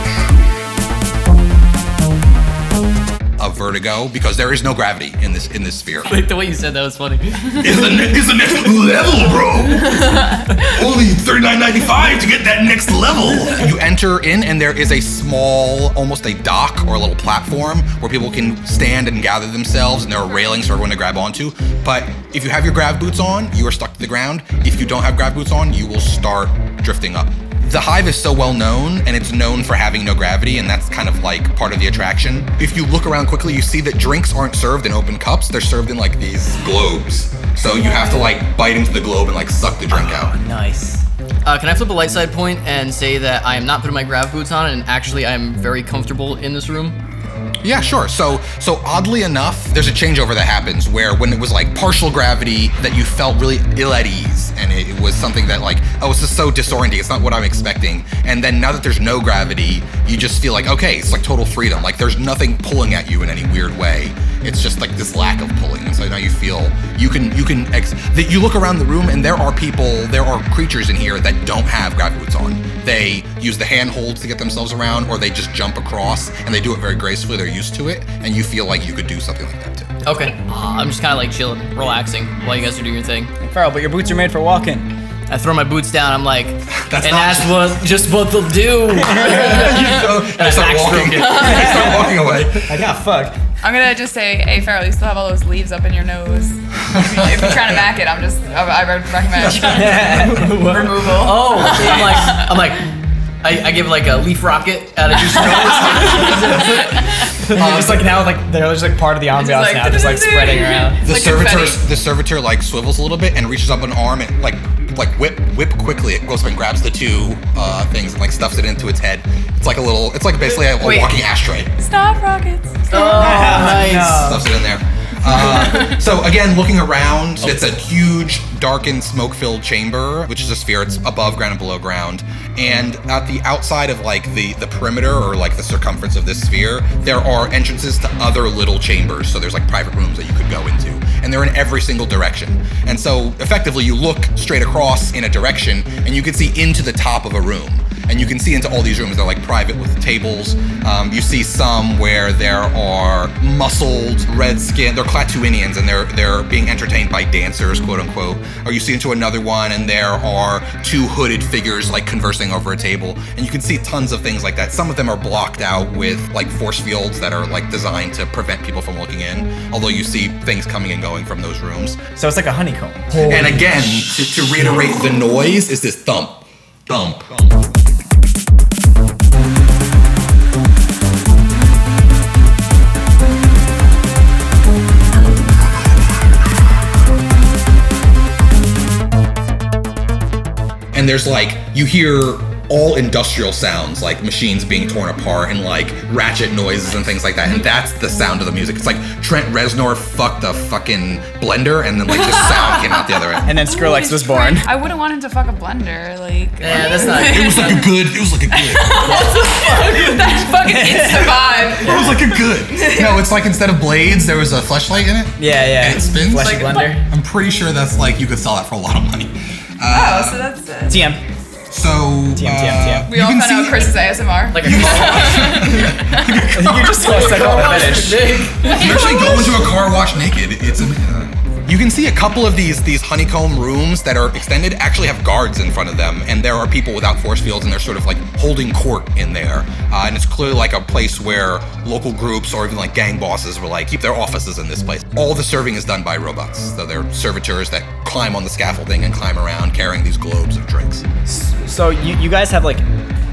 [SPEAKER 3] of vertigo because there is no gravity in this in this sphere.
[SPEAKER 6] Like the way you said that was funny.
[SPEAKER 3] It's the, ne- it's the next level, bro. Only thirty nine ninety five to get that next level. You enter in, and there is a small, almost a dock or a little platform where people can stand and gather themselves, and there are railings for everyone to grab onto. But if you have your grav boots on, you are stuck to the ground. If you don't have grav boots on, you will start drifting up. The hive is so well known, and it's known for having no gravity, and that's kind of like part of the attraction. If you look around quickly, you see that drinks aren't served in open cups; they're served in like these globes. So you have to like bite into the globe and like suck the drink out.
[SPEAKER 4] Nice.
[SPEAKER 6] Uh, can I flip a light side point and say that I am not putting my grav boots on and actually I'm very comfortable in this room?
[SPEAKER 3] Yeah, sure. So, so oddly enough, there's a changeover that happens where when it was like partial gravity, that you felt really ill at ease, and it, it was something that like, oh, this is so disorienting. It's not what I'm expecting. And then now that there's no gravity, you just feel like okay, it's like total freedom. Like there's nothing pulling at you in any weird way. It's just like this lack of pulling. So now you feel you can you can ex- that you look around the room and there are people, there are creatures in here that don't have gravity boots on. They use the handholds to get themselves around, or they just jump across and they do it very gracefully. They're used to it, and you feel like you could do something like that too.
[SPEAKER 6] Okay. Aw, Uh, I'm just kind of like chilling, relaxing while you guys are doing your thing.
[SPEAKER 4] Farrell, but your boots are made for walking.
[SPEAKER 6] I throw my boots down. I'm like, and
[SPEAKER 3] not-
[SPEAKER 6] that's what just what they'll do.
[SPEAKER 3] So they start
[SPEAKER 6] Max
[SPEAKER 3] walking. they start walking away.
[SPEAKER 4] Like, ah, fuck.
[SPEAKER 5] I'm gonna just say, hey Farrell, you still have all those leaves up in your nose. if, you, are trying to back it, I'm just, I, I recommend removal.
[SPEAKER 6] oh, I'm like, I'm like. I, I give like a leaf rocket out of your
[SPEAKER 4] just like now, like they're just like part of the ambiance
[SPEAKER 5] like-
[SPEAKER 4] now, just like spreading around.
[SPEAKER 3] The
[SPEAKER 5] Like
[SPEAKER 3] servitor,
[SPEAKER 5] confetti.
[SPEAKER 3] the servitor, like swivels a little bit and reaches up an arm and like, like whip, whip quickly. It goes up and grabs the two uh, things and like stuffs it into its head. It's like a little. It's like basically a, a
[SPEAKER 5] Wait.
[SPEAKER 3] walking ashtray.
[SPEAKER 5] Stop rockets.
[SPEAKER 8] Oh,
[SPEAKER 5] Oh.
[SPEAKER 6] nice.
[SPEAKER 3] stuffs it in there. Uh, so again, looking around, it's a huge, darkened, smoke-filled chamber, which is a sphere. It's above ground and below ground. And at the outside of like the the perimeter or like the circumference of this sphere, there are entrances to other little chambers. So there's like private rooms that you could go into, and they're in every single direction. And so effectively, you look straight across in a direction, and you can see into the top of a room and you can see into all these rooms. They're like private with tables. Um, you see some where there are muscled red skin. They're Clatuinians, and they're they're being entertained by dancers, quote unquote. Or you see into another one, and there are two hooded figures like conversing over a table, and you can see tons of things like that. Some of them are blocked out with like force fields that are like designed to prevent people from looking in. Although you see things coming and going from those rooms.
[SPEAKER 4] So it's like a honeycomb.
[SPEAKER 3] And again, to, to reiterate, the noise is this thump, thump. And there's like, you hear all industrial sounds, like machines being torn apart and like ratchet noises and things like that.
[SPEAKER 5] Mm-hmm.
[SPEAKER 3] And that's the sound of the music. It's like Trent Reznor fucked a fucking blender and then like this sound came out the other end.
[SPEAKER 4] And then
[SPEAKER 5] Oh,
[SPEAKER 4] Skrillex was born.
[SPEAKER 5] I wouldn't want him to fuck a blender. Like,
[SPEAKER 6] Yeah, that's not.
[SPEAKER 3] It was like a good, it was like a good.
[SPEAKER 5] that's fucking instant vibe.
[SPEAKER 3] It was like a good. No, it's like instead of blades, there was a flashlight in it.
[SPEAKER 4] Yeah, yeah.
[SPEAKER 3] And it spins?
[SPEAKER 4] Fleshy
[SPEAKER 3] Like-
[SPEAKER 4] blender.
[SPEAKER 3] I'm pretty sure that's like you could sell that for a lot of money. Uh,
[SPEAKER 5] Oh, so that's it.
[SPEAKER 4] TM.
[SPEAKER 3] so
[SPEAKER 4] TM,
[SPEAKER 3] uh,
[SPEAKER 4] TM.
[SPEAKER 5] We all
[SPEAKER 3] can
[SPEAKER 5] found out
[SPEAKER 3] see-
[SPEAKER 5] Chris is ASMR.
[SPEAKER 6] Like a car
[SPEAKER 4] You're
[SPEAKER 6] Oh,
[SPEAKER 4] just so stuck on the fetish.
[SPEAKER 3] You actually go into a car wash naked. It's a. you can see a couple of these these honeycomb rooms that are extended actually have guards in front of them, and there are people without force fields, and they're sort of like holding court in there. Uh, and it's clearly like a place where local groups or even like gang bosses were like keep their offices in this place. All the serving is done by robots, so they're servitors that climb on the scaffolding and climb around carrying these globes of drinks.
[SPEAKER 4] So you, you guys have like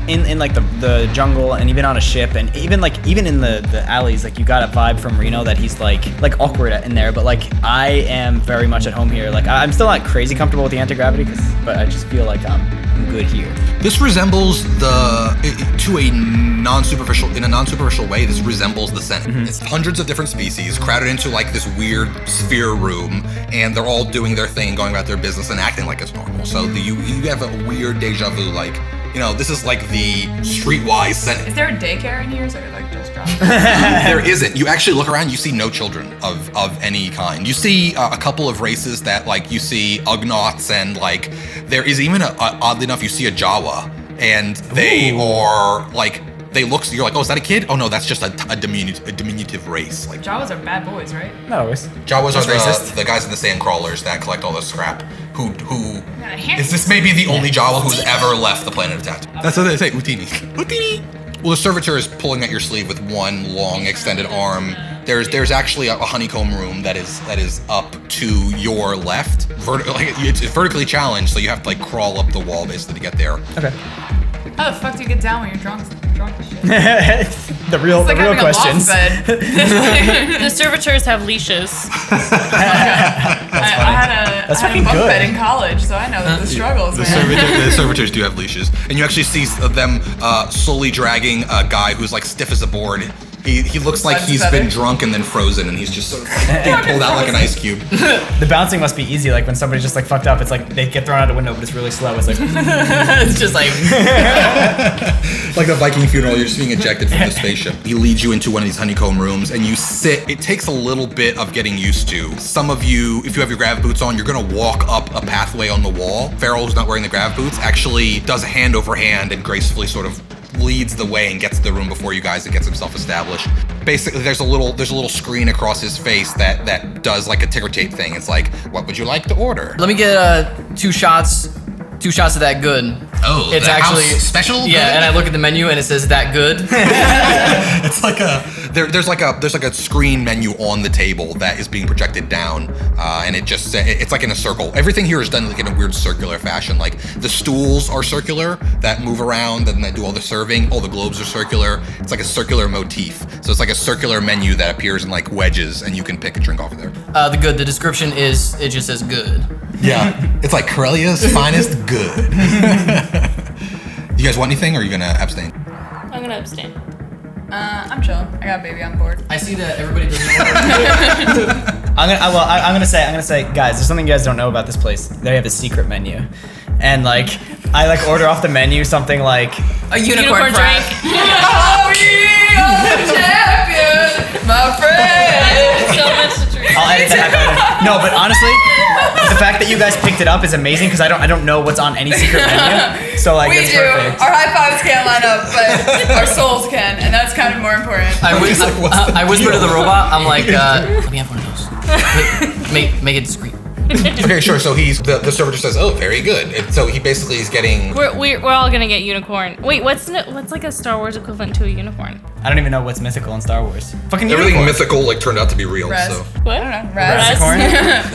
[SPEAKER 4] in, in like the, the jungle and even on a ship and even like even in the, the alleys like you got a vibe from Reno that he's like like awkward in there but like I am very much at home here like I, I'm still not crazy comfortable with the anti gravity but I just feel like I'm good here.
[SPEAKER 3] This resembles the to a non-superficial in a non-superficial way. This resembles the Senate. It's hundreds of different species crowded into like this weird sphere room, and they're all doing their thing, going about their business, and acting like it's normal. So the, you you have a weird deja vu. Like you know, this is like the streetwise Senate.
[SPEAKER 5] Is there a daycare in here? So like, just dropped.
[SPEAKER 3] there isn't. You actually look around, you see no children of, of any kind. You see uh, a couple of races that, like, you see Ugnaughts, and, like, there is even, a, a- oddly enough, you see a Jawa, and they are, like, they look, you're like, oh, is that a kid? Oh, no, that's just a, a, diminu- a diminutive race. Like,
[SPEAKER 5] Jawas are bad boys, right?
[SPEAKER 4] Not always.
[SPEAKER 3] Jawas are
[SPEAKER 4] That's
[SPEAKER 3] the,
[SPEAKER 4] racist.
[SPEAKER 3] uh, the guys in the sand crawlers that collect all the scrap. Who, who,
[SPEAKER 5] Nah, here-
[SPEAKER 3] is this maybe the only Jawa who's ever left the planet of Tatooine? That's what they say, Utini. Utini. Well, the servitor is pulling at your sleeve with one long extended arm. There's there's actually a, a honeycomb room that is that is up to your left. Verti- like, it's vertically challenged, so you have to like crawl up the wall basically to get there.
[SPEAKER 4] Okay.
[SPEAKER 5] How the fuck do you get down when you're drunk? Drunk as shit.
[SPEAKER 4] the real,
[SPEAKER 5] It's
[SPEAKER 4] the
[SPEAKER 5] like
[SPEAKER 4] real
[SPEAKER 5] having a loft
[SPEAKER 4] questions.
[SPEAKER 5] bed.
[SPEAKER 7] The servitors have leashes.
[SPEAKER 5] I, I had a,
[SPEAKER 4] That's
[SPEAKER 5] I had a
[SPEAKER 4] fucking
[SPEAKER 5] bunk
[SPEAKER 4] good.
[SPEAKER 5] bed in college, so I know the struggles,
[SPEAKER 3] The,
[SPEAKER 5] man.
[SPEAKER 3] servitor, the servitors do have leashes, and you actually see uh, them uh, slowly dragging a guy who's like stiff as a board. He, he looks like
[SPEAKER 5] That's
[SPEAKER 3] he's
[SPEAKER 5] better.
[SPEAKER 3] been drunk and then frozen, and he's just sort of like, being pulled out like an ice cube.
[SPEAKER 4] The bouncing must be easy. Like when somebody just like fucked up, it's like they get thrown out a window, but it's really slow. It's like
[SPEAKER 6] it's just like
[SPEAKER 3] like the Viking funeral, you're just being ejected from the spaceship. He leads you into one of these honeycomb rooms, and you sit. It takes a little bit of getting used to. Some of you, if you have your grav boots on, you're gonna walk up a pathway on the wall. Farrell, who's not wearing the grav boots, actually does a hand over hand and gracefully sort of leads the way and gets to the room before you guys and gets himself established. Basically, there's a little there's a little screen across his face that that does like a ticker tape thing. It's like, what would you like to order?
[SPEAKER 6] let me get uh, two shots, two shots of that good.
[SPEAKER 8] Oh,
[SPEAKER 6] it's
[SPEAKER 8] the house
[SPEAKER 6] actually
[SPEAKER 8] special
[SPEAKER 6] Yeah,
[SPEAKER 8] good?
[SPEAKER 6] and I look at the menu and it says that good.
[SPEAKER 3] It's like a there, there's like a there's like a screen menu on the table that is being projected down, uh, and it just sa- it- it's like in a circle. Everything here is done like in a weird circular fashion. Like the stools are circular that move around and that do all the serving. All the globes are circular. It's like a circular motif. So it's like a circular menu that appears in like wedges, and you can pick a drink off of there.
[SPEAKER 6] Uh, the good. The description is it just says good.
[SPEAKER 3] Yeah, it's like Corellia's finest good. you guys want anything, or are you gonna abstain?
[SPEAKER 7] I'm gonna abstain.
[SPEAKER 5] Uh, I'm chilling. I got a baby on board.
[SPEAKER 6] I see that everybody doesn't.
[SPEAKER 4] I'm gonna I, well, I, I'm gonna say I'm gonna say guys, there's something you guys don't know about this place. They have a secret menu, and like I like order off the menu something like
[SPEAKER 6] a
[SPEAKER 7] Unicorn,
[SPEAKER 6] unicorn,
[SPEAKER 7] drink.
[SPEAKER 6] drink.
[SPEAKER 5] Oh, we are the champion, my friend.
[SPEAKER 7] so much to drink.
[SPEAKER 3] Uh,
[SPEAKER 4] I'll edit that out later. No, but honestly, the fact that you guys picked it up is amazing because I don't I don't know what's on any secret menu. So like
[SPEAKER 5] we
[SPEAKER 4] that's
[SPEAKER 5] do.
[SPEAKER 4] perfect.
[SPEAKER 5] Our high fives can't line up, but our souls can, and that's kind of more important.
[SPEAKER 6] I, whi-
[SPEAKER 3] He's like, "What's
[SPEAKER 6] Uh, I-
[SPEAKER 3] the
[SPEAKER 6] I whisper to the
[SPEAKER 3] deal?"
[SPEAKER 6] robot. I'm like, uh, let me have one of those. Make, make, make it discreet.
[SPEAKER 3] Okay, sure. So he's the, the servitor says, "Oh, very good." And so he basically is getting
[SPEAKER 7] We're, we're, we're all gonna get unicorn. Wait, what's n- what's like a Star Wars equivalent to a unicorn?
[SPEAKER 4] I don't even know what's mythical in Star Wars. Fucking
[SPEAKER 3] Everything
[SPEAKER 4] unicorn.
[SPEAKER 3] mythical like turned out to be real.
[SPEAKER 5] Raz.
[SPEAKER 3] So
[SPEAKER 7] What?
[SPEAKER 5] I don't know. Raz.
[SPEAKER 4] Unicorn?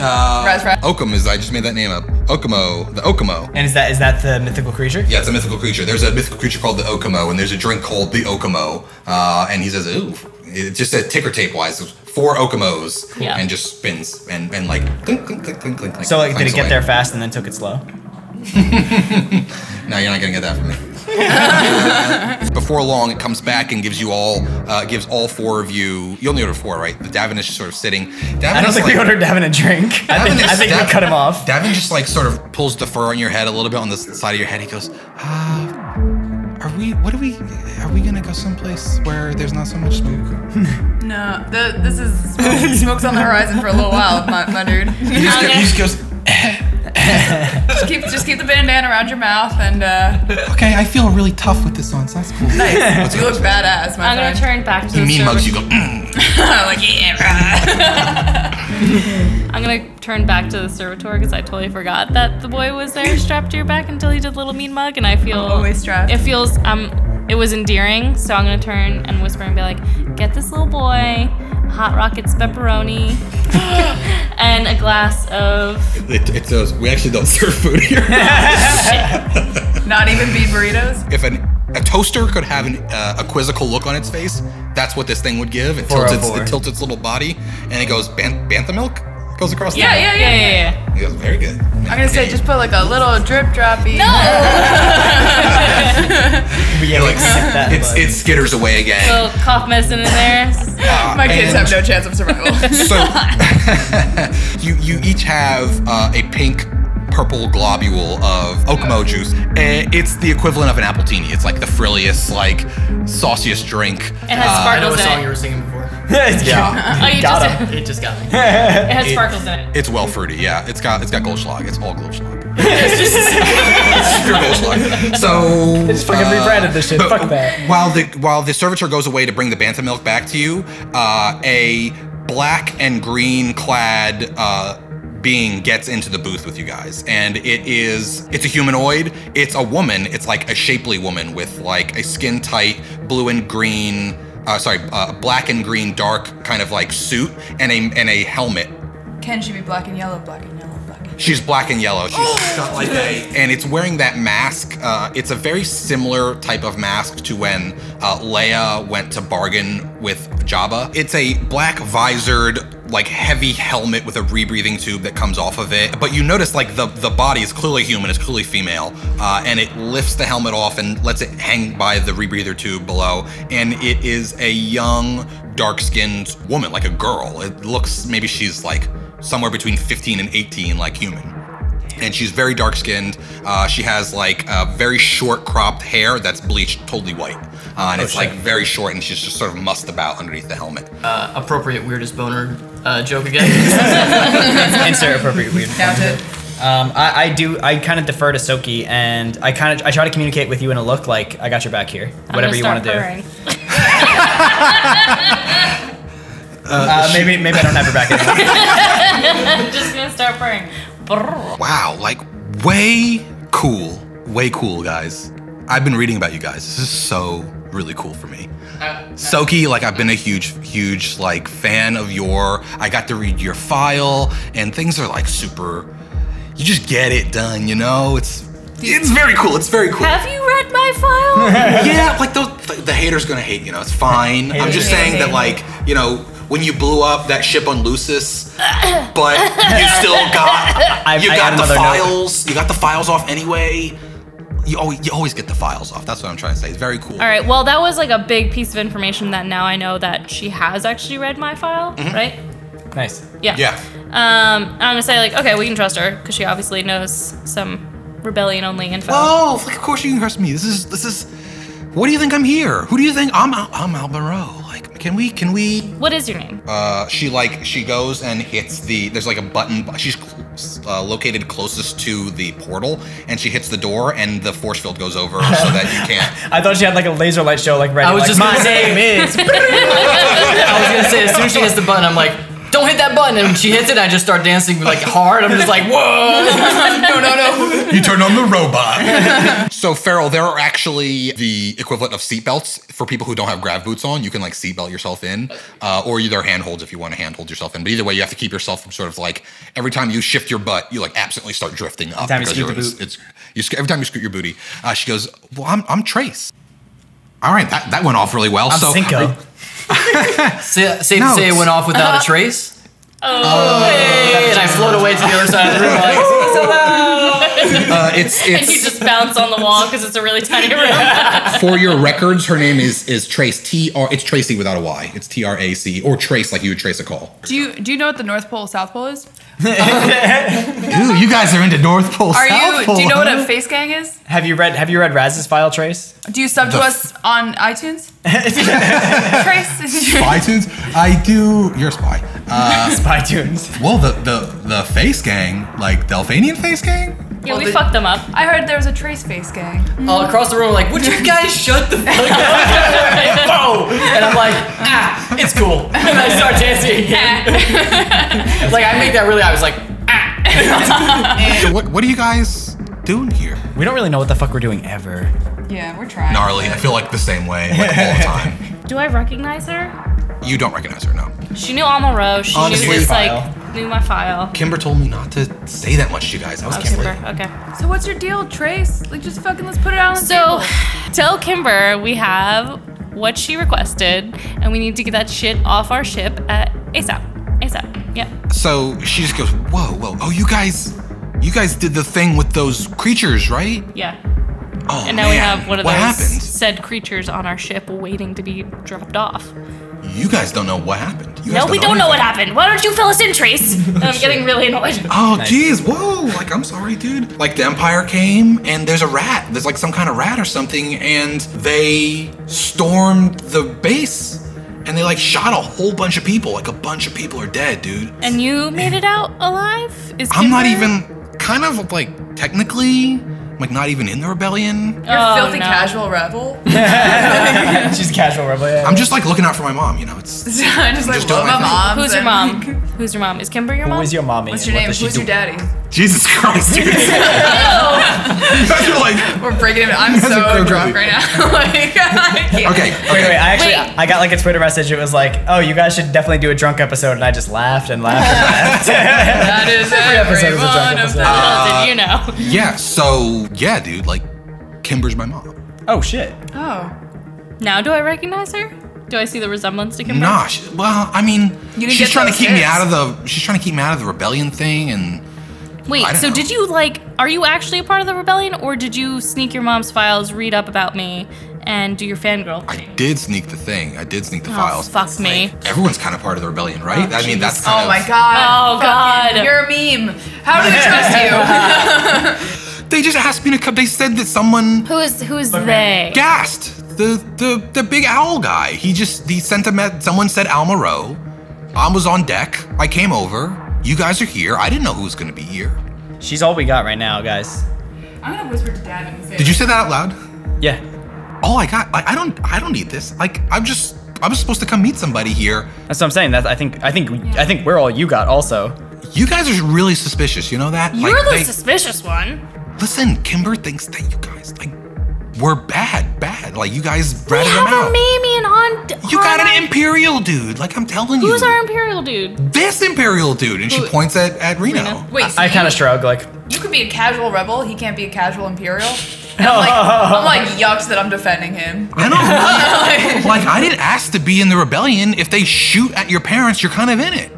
[SPEAKER 4] Uh,
[SPEAKER 5] Raz. Raz.
[SPEAKER 3] Okum is I just made that name up. Okumo, the Okumo.
[SPEAKER 4] And is that is that the mythical creature?
[SPEAKER 3] Yeah, it's a mythical creature. There's a mythical creature called the Okumo, and there's a drink called the Okumo. Uh, and he says, "Ooh," it just said ticker tape wise, it's four Okumos,
[SPEAKER 7] Yeah.
[SPEAKER 3] and just spins and and like clink clink clink clink clink.
[SPEAKER 4] So like, did
[SPEAKER 3] clinks
[SPEAKER 4] it get
[SPEAKER 3] away.
[SPEAKER 4] there fast and then took it slow?
[SPEAKER 3] No, you're not gonna get that from me. Before long, it comes back and gives you all, uh, gives all four of you. You only ordered four, right? The Davinish is sort of sitting. Davin
[SPEAKER 4] I don't
[SPEAKER 3] is
[SPEAKER 4] think
[SPEAKER 3] like-
[SPEAKER 4] we ordered Devin a drink. I think
[SPEAKER 3] Davin is-
[SPEAKER 4] I think we
[SPEAKER 3] Dav-
[SPEAKER 4] cut him off.
[SPEAKER 3] Davin just like sort of pulls the fur on your head a little bit on the s- side of your head. He goes, ah, "Are we? What are we? Are we gonna go someplace where there's not so much smoke?"
[SPEAKER 5] No, the, this is smoke. smoke's on the horizon for a little while, my, my dude.
[SPEAKER 3] He just, go- he just goes,
[SPEAKER 5] just keep just keep the bandana around your mouth, and uh,
[SPEAKER 3] "Okay, I feel really tough with this one, so that's cool."
[SPEAKER 5] nice. you look badass, my
[SPEAKER 7] I'm gonna
[SPEAKER 5] friend.
[SPEAKER 7] turn back to
[SPEAKER 3] You
[SPEAKER 7] the
[SPEAKER 3] mean
[SPEAKER 7] server-
[SPEAKER 3] mugs, you go. Mm.
[SPEAKER 5] like yeah, right.
[SPEAKER 7] I'm gonna turn back to the servitor because I totally forgot that the boy was there strapped to your back until he did little mean mug, and I feel
[SPEAKER 5] I'm always strapped.
[SPEAKER 7] It feels um, it was endearing, so I'm gonna turn and whisper and be like, "Get this little boy, hot rockets, pepperoni, and a glass of."
[SPEAKER 3] It, it does. We actually don't serve food here.
[SPEAKER 5] Not even bean burritos.
[SPEAKER 3] if an, a toaster could have an, uh, a quizzical look on its face, that's what this thing would give. It tilts, its,
[SPEAKER 4] 404.
[SPEAKER 3] it tilts its little body and it goes ban- bantha milk. Goes across.
[SPEAKER 5] Yeah, yeah, yeah, yeah.
[SPEAKER 7] yeah.
[SPEAKER 3] He goes very good.
[SPEAKER 5] I'm gonna say just put like a little drip droppy.
[SPEAKER 4] Yeah, like, sip that
[SPEAKER 3] It's,
[SPEAKER 4] bud.
[SPEAKER 3] it skitters away again.
[SPEAKER 7] Little cough medicine in there.
[SPEAKER 3] Uh,
[SPEAKER 5] My kids
[SPEAKER 3] and
[SPEAKER 5] have no chance of survival.
[SPEAKER 3] So you you each have uh, a pink. purple globule of Okamo juice. Eh, It's the equivalent of an appletini. It's like the frilliest, like sauciest drink.
[SPEAKER 7] It has
[SPEAKER 6] I know
[SPEAKER 7] sparkles
[SPEAKER 6] what song
[SPEAKER 7] in
[SPEAKER 6] you
[SPEAKER 7] it.
[SPEAKER 6] were singing before.
[SPEAKER 4] yeah.
[SPEAKER 7] Oh, you
[SPEAKER 4] Got
[SPEAKER 7] just,
[SPEAKER 6] It just got me.
[SPEAKER 7] it has sparkles in it.
[SPEAKER 3] It's well fruity, yeah. It's got it's got Goldschlag. It's all Goldschlag. it's pure Goldschlag. So
[SPEAKER 4] They just fucking rebranded this shit.
[SPEAKER 3] but
[SPEAKER 4] Fuck that.
[SPEAKER 3] While the while the servitor goes away to bring the banta milk back to you, uh, a black and green clad uh, being gets into the booth with you guys, and it is it's a humanoid. It's a woman. It's like a shapely woman with like a skin tight blue and green. Uh, sorry, uh, black and green, dark kind of like suit and a and a helmet
[SPEAKER 5] Can she be black and yellow? Black and yellow. Black and
[SPEAKER 3] She's black and yellow. She's got like a, and it's wearing that mask. Uh, it's a very similar type of mask to when uh, Leia went to bargain with Jabba. It's a black visored, like heavy helmet with a rebreathing tube that comes off of it. But you notice like the the body is clearly human. It's clearly female, uh, and it lifts the helmet off and lets it hang by the rebreather tube below. And it is a young, dark-skinned woman, like a girl. It looks maybe she's like somewhere between 15 and 18, like human. And she's very dark skinned. Uh, she has like uh, very short cropped hair that's bleached totally white. Uh, and it's like very short and she's just sort of mussed about underneath the helmet.
[SPEAKER 6] Appropriate weirdest boner uh, joke again.
[SPEAKER 4] Insert appropriate weird.
[SPEAKER 5] Doubt it.
[SPEAKER 4] Um, I, I do. I kind of defer to Soki, and I kind of I try to communicate with you in a look like I got your back here. Whatever you want to do. Uh, maybe maybe I don't have your back anymore.
[SPEAKER 7] I'm just gonna start purring. Brrr.
[SPEAKER 3] Wow, like way cool. Way cool, guys. I've been reading about you guys. This is so really cool for me. Soki, like I've been a huge, huge like fan of your. I got to read your file, and things are like super. You just get it done, you know. It's it's very cool. It's very cool.
[SPEAKER 7] Have you read my file?
[SPEAKER 3] yeah, like those, the, the haters gonna hate. You know, it's fine. I'm just
[SPEAKER 7] gonna
[SPEAKER 3] saying that,
[SPEAKER 7] hate.
[SPEAKER 3] like, you know, when you blew up that ship on Lucis, but you still got
[SPEAKER 4] I-
[SPEAKER 3] you
[SPEAKER 4] I
[SPEAKER 3] got
[SPEAKER 4] add
[SPEAKER 3] the
[SPEAKER 4] another note.
[SPEAKER 3] files. You got the files off anyway. You always you always get the files off. That's what I'm trying to say. It's very cool.
[SPEAKER 7] All right. Well, that was like a big piece of information that now I know that she has actually read my file, right?
[SPEAKER 4] nice.
[SPEAKER 7] Yeah.
[SPEAKER 3] Mm-hmm. Yeah.
[SPEAKER 7] Um, I'm gonna say like, okay, we can trust her because she obviously knows some rebellion only info.
[SPEAKER 3] Oh, like, of course you can trust me. This is this is. What do you think I'm here? Who do you think I'm? Al- I'm Albaro. Like, can we can we
[SPEAKER 7] What is your name?
[SPEAKER 3] Uh, she like she goes and hits the there's like a button she's cl- uh, located closest to the portal and she hits the door and the force field goes over so that you can't
[SPEAKER 4] I thought she had like a laser light show like ready.
[SPEAKER 6] I was
[SPEAKER 4] like,
[SPEAKER 6] just
[SPEAKER 4] my
[SPEAKER 6] gonna say-
[SPEAKER 4] name is.
[SPEAKER 6] I was gonna say as soon as she hits the button, I'm like, don't hit that button. And when she hits it, I just start dancing like hard. I'm just like, whoa.
[SPEAKER 5] no, no, no.
[SPEAKER 3] you turn on the robot so Farrell there are actually the equivalent of seatbelts for people who don't have grav boots on you can like seatbelt yourself in uh, or either handholds if you want to handhold yourself in but either way you have to keep yourself from sort of like every time you shift your butt you like absolutely start drifting up
[SPEAKER 4] Every time you scoot
[SPEAKER 3] you're-
[SPEAKER 4] the
[SPEAKER 3] it's,
[SPEAKER 4] boot.
[SPEAKER 3] it's- you sc- every time you scoot your booty uh, she goes well I'm I'm Trace. All right, that, that went off really well.
[SPEAKER 4] I'm
[SPEAKER 3] so
[SPEAKER 4] Cinco.
[SPEAKER 6] Sa- safe
[SPEAKER 3] No,
[SPEAKER 6] to say it
[SPEAKER 3] it's-
[SPEAKER 6] went off
[SPEAKER 7] Uh-huh.
[SPEAKER 6] without a trace. Oh. and I float away to the other side of the room. Like,
[SPEAKER 3] Uh, it's
[SPEAKER 7] And you
[SPEAKER 3] it's
[SPEAKER 7] just bounce on the wall because it's a really tiny room.
[SPEAKER 3] for your records. Her name is is Trace T R. It's Tracy without a Y. It's T R A C or Trace like you would trace a call.
[SPEAKER 5] Do you do you know what the North Pole South Pole is?
[SPEAKER 3] Ooh, you guys are into North Pole.
[SPEAKER 5] Are you? Do you know what a face gang is?
[SPEAKER 4] Have you read Have you read Raz's file trace?
[SPEAKER 5] Do you sub to
[SPEAKER 3] The
[SPEAKER 5] us on iTunes? Trace. is your-
[SPEAKER 3] iTunes? I do. You're a spy. Uh,
[SPEAKER 4] Spy tunes.
[SPEAKER 3] well, the the the face gang, like Delphanian face gang.
[SPEAKER 7] Yeah, we
[SPEAKER 6] they-
[SPEAKER 7] fucked them up.
[SPEAKER 5] I heard there was a Trace face gang.
[SPEAKER 6] all across the room, like, would you guys shut the fuck up? Whoa! And I'm like, ah, it's cool. And I start dancing again. like, I make that really, I was like,
[SPEAKER 3] So what what are you guys doing here?
[SPEAKER 4] We don't really know what the fuck we're doing ever.
[SPEAKER 5] Yeah, we're trying.
[SPEAKER 3] Gnarly. I feel like the same way like, all the time.
[SPEAKER 7] Do I recognize her?
[SPEAKER 3] You don't recognize her, no.
[SPEAKER 7] She knew Amaro. She
[SPEAKER 3] Honestly,
[SPEAKER 7] knew this
[SPEAKER 4] file.
[SPEAKER 7] like knew my file.
[SPEAKER 3] Kimber told me not to say that much to you guys. I was
[SPEAKER 7] Oh,
[SPEAKER 3] Kimber.
[SPEAKER 7] Kimber. Okay.
[SPEAKER 5] So what's your deal, Trace? Like, just fucking let's put it out on the
[SPEAKER 7] So,
[SPEAKER 5] table.
[SPEAKER 7] tell Kimber we have what she requested, and we need to get that shit off our ship uh, at ASAP. ASAP. Yep.
[SPEAKER 3] So she just goes, "Whoa, whoa! Oh, you guys, you guys did the thing with those creatures, right?
[SPEAKER 7] Yeah.
[SPEAKER 3] Oh,
[SPEAKER 7] And now we
[SPEAKER 3] man,
[SPEAKER 7] have one of
[SPEAKER 3] what
[SPEAKER 7] those
[SPEAKER 3] happened?
[SPEAKER 7] said creatures on our ship waiting to be dropped off.
[SPEAKER 3] You guys don't know what happened. You guys
[SPEAKER 7] No, we don't know what
[SPEAKER 3] anything.
[SPEAKER 7] happened. Why don't you fill us in, Trace? I'm getting really annoyed.
[SPEAKER 3] Oh, jeez, whoa! Like, I'm sorry, dude. Like, the Empire came, and there's a rat. There's like some kind of rat or something, and they stormed the base, and they like shot a whole bunch of people. Like, a bunch of people are dead, dude.
[SPEAKER 7] And you made it out alive? Is
[SPEAKER 3] I'm not
[SPEAKER 7] Kimber-
[SPEAKER 3] even kind of like technically, like not even in the rebellion.
[SPEAKER 5] You're
[SPEAKER 7] Oh,
[SPEAKER 5] a filthy
[SPEAKER 7] no.
[SPEAKER 5] casual rebel.
[SPEAKER 4] She's casual rebel. Yeah.
[SPEAKER 3] I'm just like looking out for my mom, you know. It's
[SPEAKER 5] I just like
[SPEAKER 3] Just
[SPEAKER 5] love
[SPEAKER 3] don't
[SPEAKER 5] my
[SPEAKER 3] like me.
[SPEAKER 5] mom.
[SPEAKER 7] Who's your mom? Who's your mom? Is Kimber your mom?
[SPEAKER 4] Who is your mommy?
[SPEAKER 5] What's
[SPEAKER 4] and
[SPEAKER 5] your
[SPEAKER 4] what
[SPEAKER 5] name?
[SPEAKER 4] does she
[SPEAKER 5] Who's your
[SPEAKER 4] do?
[SPEAKER 5] daddy?
[SPEAKER 3] Jesus Christ, dude. That's like
[SPEAKER 5] We're breaking him. I'm
[SPEAKER 3] That's
[SPEAKER 5] so
[SPEAKER 3] incredible.
[SPEAKER 5] drunk right now. like, I can't.
[SPEAKER 3] okay, okay.
[SPEAKER 4] Wait, wait, I actually,
[SPEAKER 7] Wait.
[SPEAKER 4] I got like a Twitter message. It was like, "Oh, you guys should definitely do a drunk episode," and I just laughed and laughed. And laughed.
[SPEAKER 5] That is
[SPEAKER 4] episode
[SPEAKER 5] every
[SPEAKER 4] is a drunk
[SPEAKER 5] one of
[SPEAKER 4] episode.
[SPEAKER 5] them.
[SPEAKER 7] Little
[SPEAKER 3] Uh,
[SPEAKER 7] did you know.
[SPEAKER 3] yeah, so yeah, dude. Like, Kimber's my mom.
[SPEAKER 4] oh shit!
[SPEAKER 5] Oh,
[SPEAKER 7] Now do I recognize her? Do I see the resemblance to Kimber?
[SPEAKER 3] Nah, she, well, I mean,
[SPEAKER 5] You didn't
[SPEAKER 3] she's
[SPEAKER 5] get
[SPEAKER 3] trying to
[SPEAKER 5] those
[SPEAKER 3] keep me
[SPEAKER 5] hits.
[SPEAKER 3] out of the. She's trying to keep me out of the rebellion thing, and
[SPEAKER 7] Wait,
[SPEAKER 3] I don't
[SPEAKER 7] so
[SPEAKER 3] know.
[SPEAKER 7] did you like are you actually a part of the rebellion or did you sneak your mom's files, read up about me, and do your fangirl
[SPEAKER 3] I
[SPEAKER 7] thing?
[SPEAKER 3] did sneak the thing. I did sneak the
[SPEAKER 7] Oh,
[SPEAKER 3] files.
[SPEAKER 7] fuck me.
[SPEAKER 3] Everyone's kind of part of the rebellion, right? I mean, that's kind
[SPEAKER 5] oh
[SPEAKER 3] of.
[SPEAKER 5] my god.
[SPEAKER 7] Oh, God.
[SPEAKER 5] Fucking- You're a meme. How do we trust you?
[SPEAKER 3] They just asked me to come. They said that someone
[SPEAKER 7] Who is who is they?
[SPEAKER 3] gassed the the the big owl guy. He just he sent a met. Someone said Al Moreau. I was on deck. I came over. You guys are here. I didn't know who was going to be here.
[SPEAKER 4] She's all we got right now, guys.
[SPEAKER 5] I'm gonna whisper to dad and say.
[SPEAKER 3] Did you say that out loud?
[SPEAKER 4] Yeah.
[SPEAKER 3] Oh, I got. Like, I don't. I don't need this. Like, I'm just. I was supposed to come meet somebody here.
[SPEAKER 4] That's what I'm saying. That's I think I think I think we're all you got also.
[SPEAKER 3] You guys are really suspicious. You know that?
[SPEAKER 7] You're
[SPEAKER 3] like,
[SPEAKER 7] the
[SPEAKER 3] they-
[SPEAKER 7] suspicious one.
[SPEAKER 3] Listen, Kimber thinks that you guys like were bad, bad. Like you guys
[SPEAKER 7] We
[SPEAKER 3] ratted him
[SPEAKER 7] have a
[SPEAKER 3] out.
[SPEAKER 7] Mamie and on.
[SPEAKER 3] You got
[SPEAKER 7] on-
[SPEAKER 3] an imperial dude. Like I'm telling
[SPEAKER 7] Who's
[SPEAKER 3] you,
[SPEAKER 7] our imperial dude?
[SPEAKER 3] this imperial dude, and she
[SPEAKER 5] Who-
[SPEAKER 3] points at at Reno.
[SPEAKER 5] Wait, so
[SPEAKER 4] I
[SPEAKER 5] you-
[SPEAKER 4] kind of shrug like.
[SPEAKER 5] You could be a casual rebel. He can't be a casual imperial. And I'm like, I'm like yucks that I'm defending him.
[SPEAKER 3] I don't like. I didn't ask to be in the rebellion. If they shoot at your parents, you're kind of in it.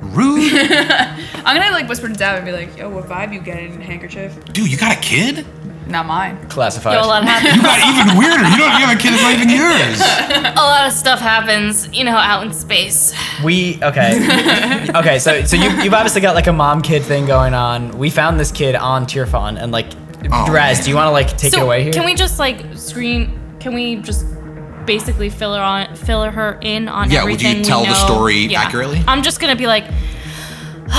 [SPEAKER 3] Rude,
[SPEAKER 5] I'm gonna like whisper to Dab and be like, Yo, what vibe you getting, handkerchief?
[SPEAKER 3] dude. You got a kid?
[SPEAKER 5] Not mine.
[SPEAKER 4] Classified.
[SPEAKER 7] Yo, a lot
[SPEAKER 3] You
[SPEAKER 7] happens.
[SPEAKER 3] got even weirder. You don't. You have a kid that's not even yours.
[SPEAKER 7] a lot of stuff happens, you know, out in space.
[SPEAKER 4] We okay, okay. So so you you've obviously got like a mom kid thing going on. We found this kid on Tierfon and like,
[SPEAKER 3] Oh,
[SPEAKER 4] Draz, do you want to like take
[SPEAKER 7] so
[SPEAKER 4] it away here?
[SPEAKER 7] can we just like screen? Can we just basically fill her on, fill her in on
[SPEAKER 3] Yeah, would you
[SPEAKER 7] everything? we
[SPEAKER 3] tell the
[SPEAKER 7] know?
[SPEAKER 3] story accurately?
[SPEAKER 7] I'm just gonna be like.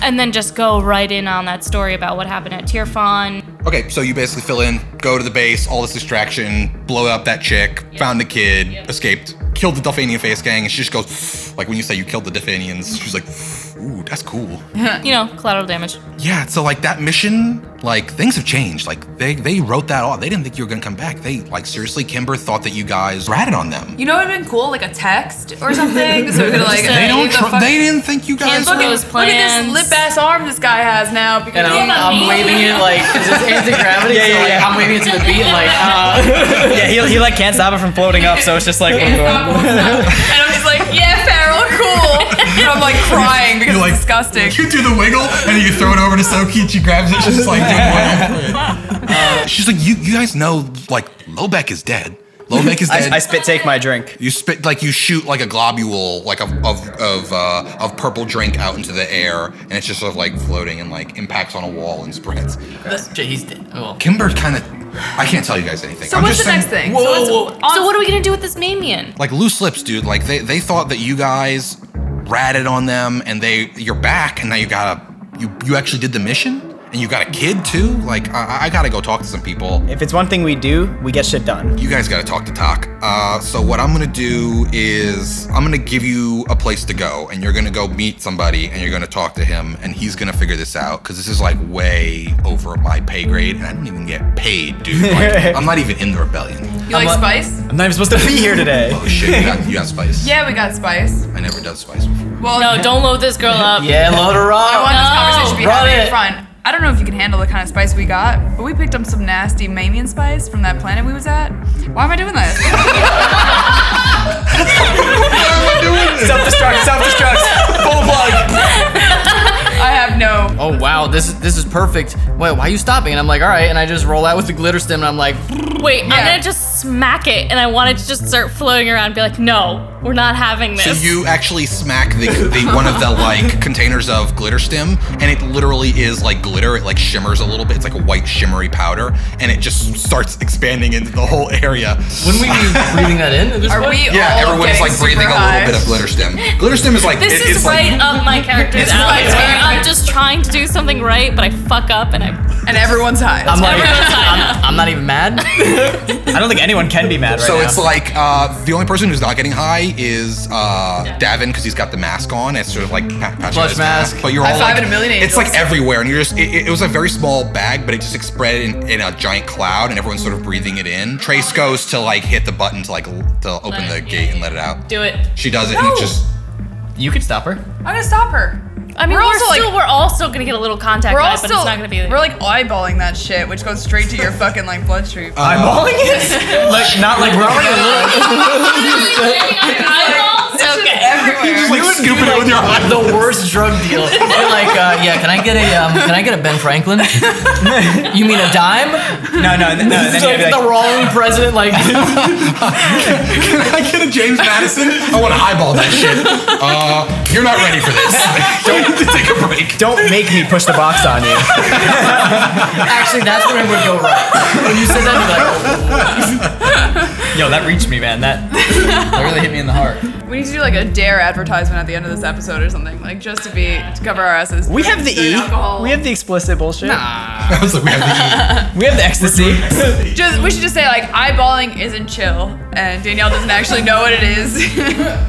[SPEAKER 7] and then just go right in on that story about what happened at Tierfon.
[SPEAKER 3] Okay, so you basically fill in, go to the base, all this distraction, blow up that chick, found the kid, escaped, killed the Delphinian face gang, and she just goes, like when you say you killed the Delphinians, she's like, ooh, that's cool.
[SPEAKER 7] You know, collateral damage.
[SPEAKER 3] yeah, so like that mission, like things have changed. Like they they wrote that off. They didn't think you were gonna come back. They like seriously, Kimber thought that you guys ratted on them.
[SPEAKER 5] You know what would have been cool? Like a text or something? So we could like.
[SPEAKER 7] They
[SPEAKER 3] they don't.
[SPEAKER 5] the
[SPEAKER 3] Tr-
[SPEAKER 5] fuck-
[SPEAKER 3] they didn't think you guys.
[SPEAKER 7] Cancel
[SPEAKER 5] Look
[SPEAKER 3] Were-
[SPEAKER 7] those
[SPEAKER 5] at, look at
[SPEAKER 7] plans.
[SPEAKER 5] this lip ass arm this guy has now because
[SPEAKER 6] And I'm,
[SPEAKER 7] Yeah,
[SPEAKER 6] I'm
[SPEAKER 7] but-
[SPEAKER 6] waving it like it's just anti-gravity.
[SPEAKER 4] Yeah,
[SPEAKER 6] so,
[SPEAKER 4] yeah,
[SPEAKER 6] like,
[SPEAKER 4] yeah.
[SPEAKER 6] I'm waving it to the beat like, uh,
[SPEAKER 4] yeah, he, he like can't stop it from floating up, so it's just like.
[SPEAKER 5] and I'm just like, yeah, Farrell, cool. And I'm like crying because
[SPEAKER 3] You're like-
[SPEAKER 5] it's disgusting.
[SPEAKER 3] You do the wiggle and you throw it over to Soki. She grabs it. She's like, doing well. Uh, She's like, you you guys know, like Lobeck is dead. Lobeck is dead.
[SPEAKER 4] I, I spit take my drink.
[SPEAKER 3] you spit like you shoot like a globule like of of of, uh, of purple drink out into the air, and it's just sort of like floating and like impacts on a wall and spreads.
[SPEAKER 6] shit, he's dead. Oh.
[SPEAKER 3] Kimber kind of, I can't tell you guys anything.
[SPEAKER 5] So
[SPEAKER 3] I'm
[SPEAKER 5] what's the
[SPEAKER 3] just
[SPEAKER 5] next
[SPEAKER 3] saying-
[SPEAKER 5] thing?
[SPEAKER 6] Whoa,
[SPEAKER 5] so
[SPEAKER 6] whoa,
[SPEAKER 5] what's- on-
[SPEAKER 7] so what are we gonna do with this Mamian?
[SPEAKER 3] Like loose lips, dude. Like they they thought that you guys ratted on them, and they you're back, and now you got to you you actually did the mission, and you got a kid too. Like I, I gotta go talk to some people.
[SPEAKER 4] If it's one thing we do, we get shit done.
[SPEAKER 3] You guys got to talk to Talk. Uh, so what I'm gonna do is I'm gonna give you a place to go, and you're gonna go meet somebody, and you're gonna talk to him, and he's gonna figure this out because this is like way over my pay grade, and I don't even get paid, dude. Like, I'm not even in the rebellion.
[SPEAKER 5] you like spice?
[SPEAKER 4] I'm not even supposed to be here today.
[SPEAKER 3] Oh shit, you got, you got spice.
[SPEAKER 5] Yeah, we got spice.
[SPEAKER 3] I never done spice before.
[SPEAKER 5] Well,
[SPEAKER 7] No, don't load this girl up.
[SPEAKER 6] Yeah, load her
[SPEAKER 5] I want
[SPEAKER 6] up.
[SPEAKER 5] this
[SPEAKER 7] No.
[SPEAKER 5] conversation to be
[SPEAKER 6] Run
[SPEAKER 5] happening
[SPEAKER 6] it.
[SPEAKER 5] in front. I don't know if you can handle the kind of spice we got, but we picked up some nasty Mamian spice from that planet we was at. Why am I doing this?
[SPEAKER 4] Self destruct. Self destruct. Pull the plug.
[SPEAKER 5] I have no.
[SPEAKER 6] Oh wow, this this is this is perfect. Wait, why are you stopping? And I'm like, all right. And I just roll out with the glitter stem, and I'm like,
[SPEAKER 7] Wait, I'm
[SPEAKER 5] Yeah.
[SPEAKER 7] gonna just smack it, and I want it to just start floating around. And be like, no, we're not having
[SPEAKER 3] So
[SPEAKER 7] this.
[SPEAKER 3] you actually smack the, the one of the like containers of glitter stem, and it literally is like glitter. It like shimmers a little bit. It's like a white shimmery powder, and it just starts expanding into the whole area.
[SPEAKER 6] wouldn't we be breathing that in? at this
[SPEAKER 5] Are
[SPEAKER 6] point?
[SPEAKER 5] we
[SPEAKER 3] Yeah,
[SPEAKER 5] all
[SPEAKER 3] everyone's
[SPEAKER 5] getting
[SPEAKER 3] like breathing
[SPEAKER 5] super
[SPEAKER 3] a
[SPEAKER 5] high?
[SPEAKER 3] little bit of glitter stem. Glitter stem is like
[SPEAKER 7] this
[SPEAKER 3] it-
[SPEAKER 7] is
[SPEAKER 3] it's
[SPEAKER 7] right
[SPEAKER 3] like
[SPEAKER 7] up my character's
[SPEAKER 5] This is
[SPEAKER 7] alley.
[SPEAKER 5] like-
[SPEAKER 7] where I'm just trying to do something right, but I fuck up, and I
[SPEAKER 5] And everyone's high.
[SPEAKER 6] I'm like,
[SPEAKER 7] Everyone's high.
[SPEAKER 6] I'm, I'm not even mad.
[SPEAKER 4] I don't think anyone can be mad right
[SPEAKER 3] so
[SPEAKER 4] now.
[SPEAKER 3] it's like uh, the only person who's not getting high is uh, Davin because he's got the mask on. It's sort of like pa- patching
[SPEAKER 6] Flush
[SPEAKER 3] his
[SPEAKER 6] mask.
[SPEAKER 3] But you're
[SPEAKER 5] High
[SPEAKER 3] all
[SPEAKER 5] five
[SPEAKER 3] like,
[SPEAKER 5] and a million
[SPEAKER 3] It's like
[SPEAKER 5] angels.
[SPEAKER 3] everywhere, and you're just. It, it- it was a very small bag, but it just spread in, in a giant cloud, and everyone's sort of breathing it in. Trace goes to like hit the button to like l- to open
[SPEAKER 7] Let
[SPEAKER 3] the
[SPEAKER 7] it-
[SPEAKER 3] gate and let it out.
[SPEAKER 7] do it.
[SPEAKER 3] She does it, and it
[SPEAKER 5] No.
[SPEAKER 3] just.
[SPEAKER 6] You could stop her.
[SPEAKER 5] I'm gonna stop her.
[SPEAKER 7] I mean,
[SPEAKER 5] We're
[SPEAKER 7] we're,
[SPEAKER 5] also, like-
[SPEAKER 7] still we're all still gonna get a little contact,
[SPEAKER 5] We're
[SPEAKER 7] vibe,
[SPEAKER 5] all
[SPEAKER 7] but
[SPEAKER 5] still
[SPEAKER 7] it's not gonna be.
[SPEAKER 5] we're like eyeballing that shit, which goes straight to your fucking like bloodstream.
[SPEAKER 4] Uh, eyeballing it? like not like we're already a little
[SPEAKER 7] okay.
[SPEAKER 3] Just like scooping it with your eye.
[SPEAKER 6] The worst drug deal. You're like, uh, yeah. Can I get a um, Can I get a Ben Franklin? you mean a dime?
[SPEAKER 4] No, no, no. Then
[SPEAKER 6] It's
[SPEAKER 4] you'd
[SPEAKER 6] like
[SPEAKER 4] be like,
[SPEAKER 6] the wrong president. Like,
[SPEAKER 3] Can I get a James Madison? I want to eyeball that shit. Uh, you're not ready for this. Don't take a break.
[SPEAKER 4] don't make me push the box on you.
[SPEAKER 6] actually, that's when it would go wrong. When you said that, you'd be like, oh,
[SPEAKER 4] Yo, that reached me, man. That, that really hit me in the heart.
[SPEAKER 5] We need to do like a dare advertisement at the end of this episode or something, like just to be to cover our asses.
[SPEAKER 4] We have the
[SPEAKER 5] Straight
[SPEAKER 4] E.
[SPEAKER 5] alcohol.
[SPEAKER 4] We have the explicit bullshit.
[SPEAKER 3] I was like, we have the E.
[SPEAKER 4] We have the ecstasy.
[SPEAKER 5] just we should just say like eyeballing isn't chill, and Danielle doesn't actually know what it is.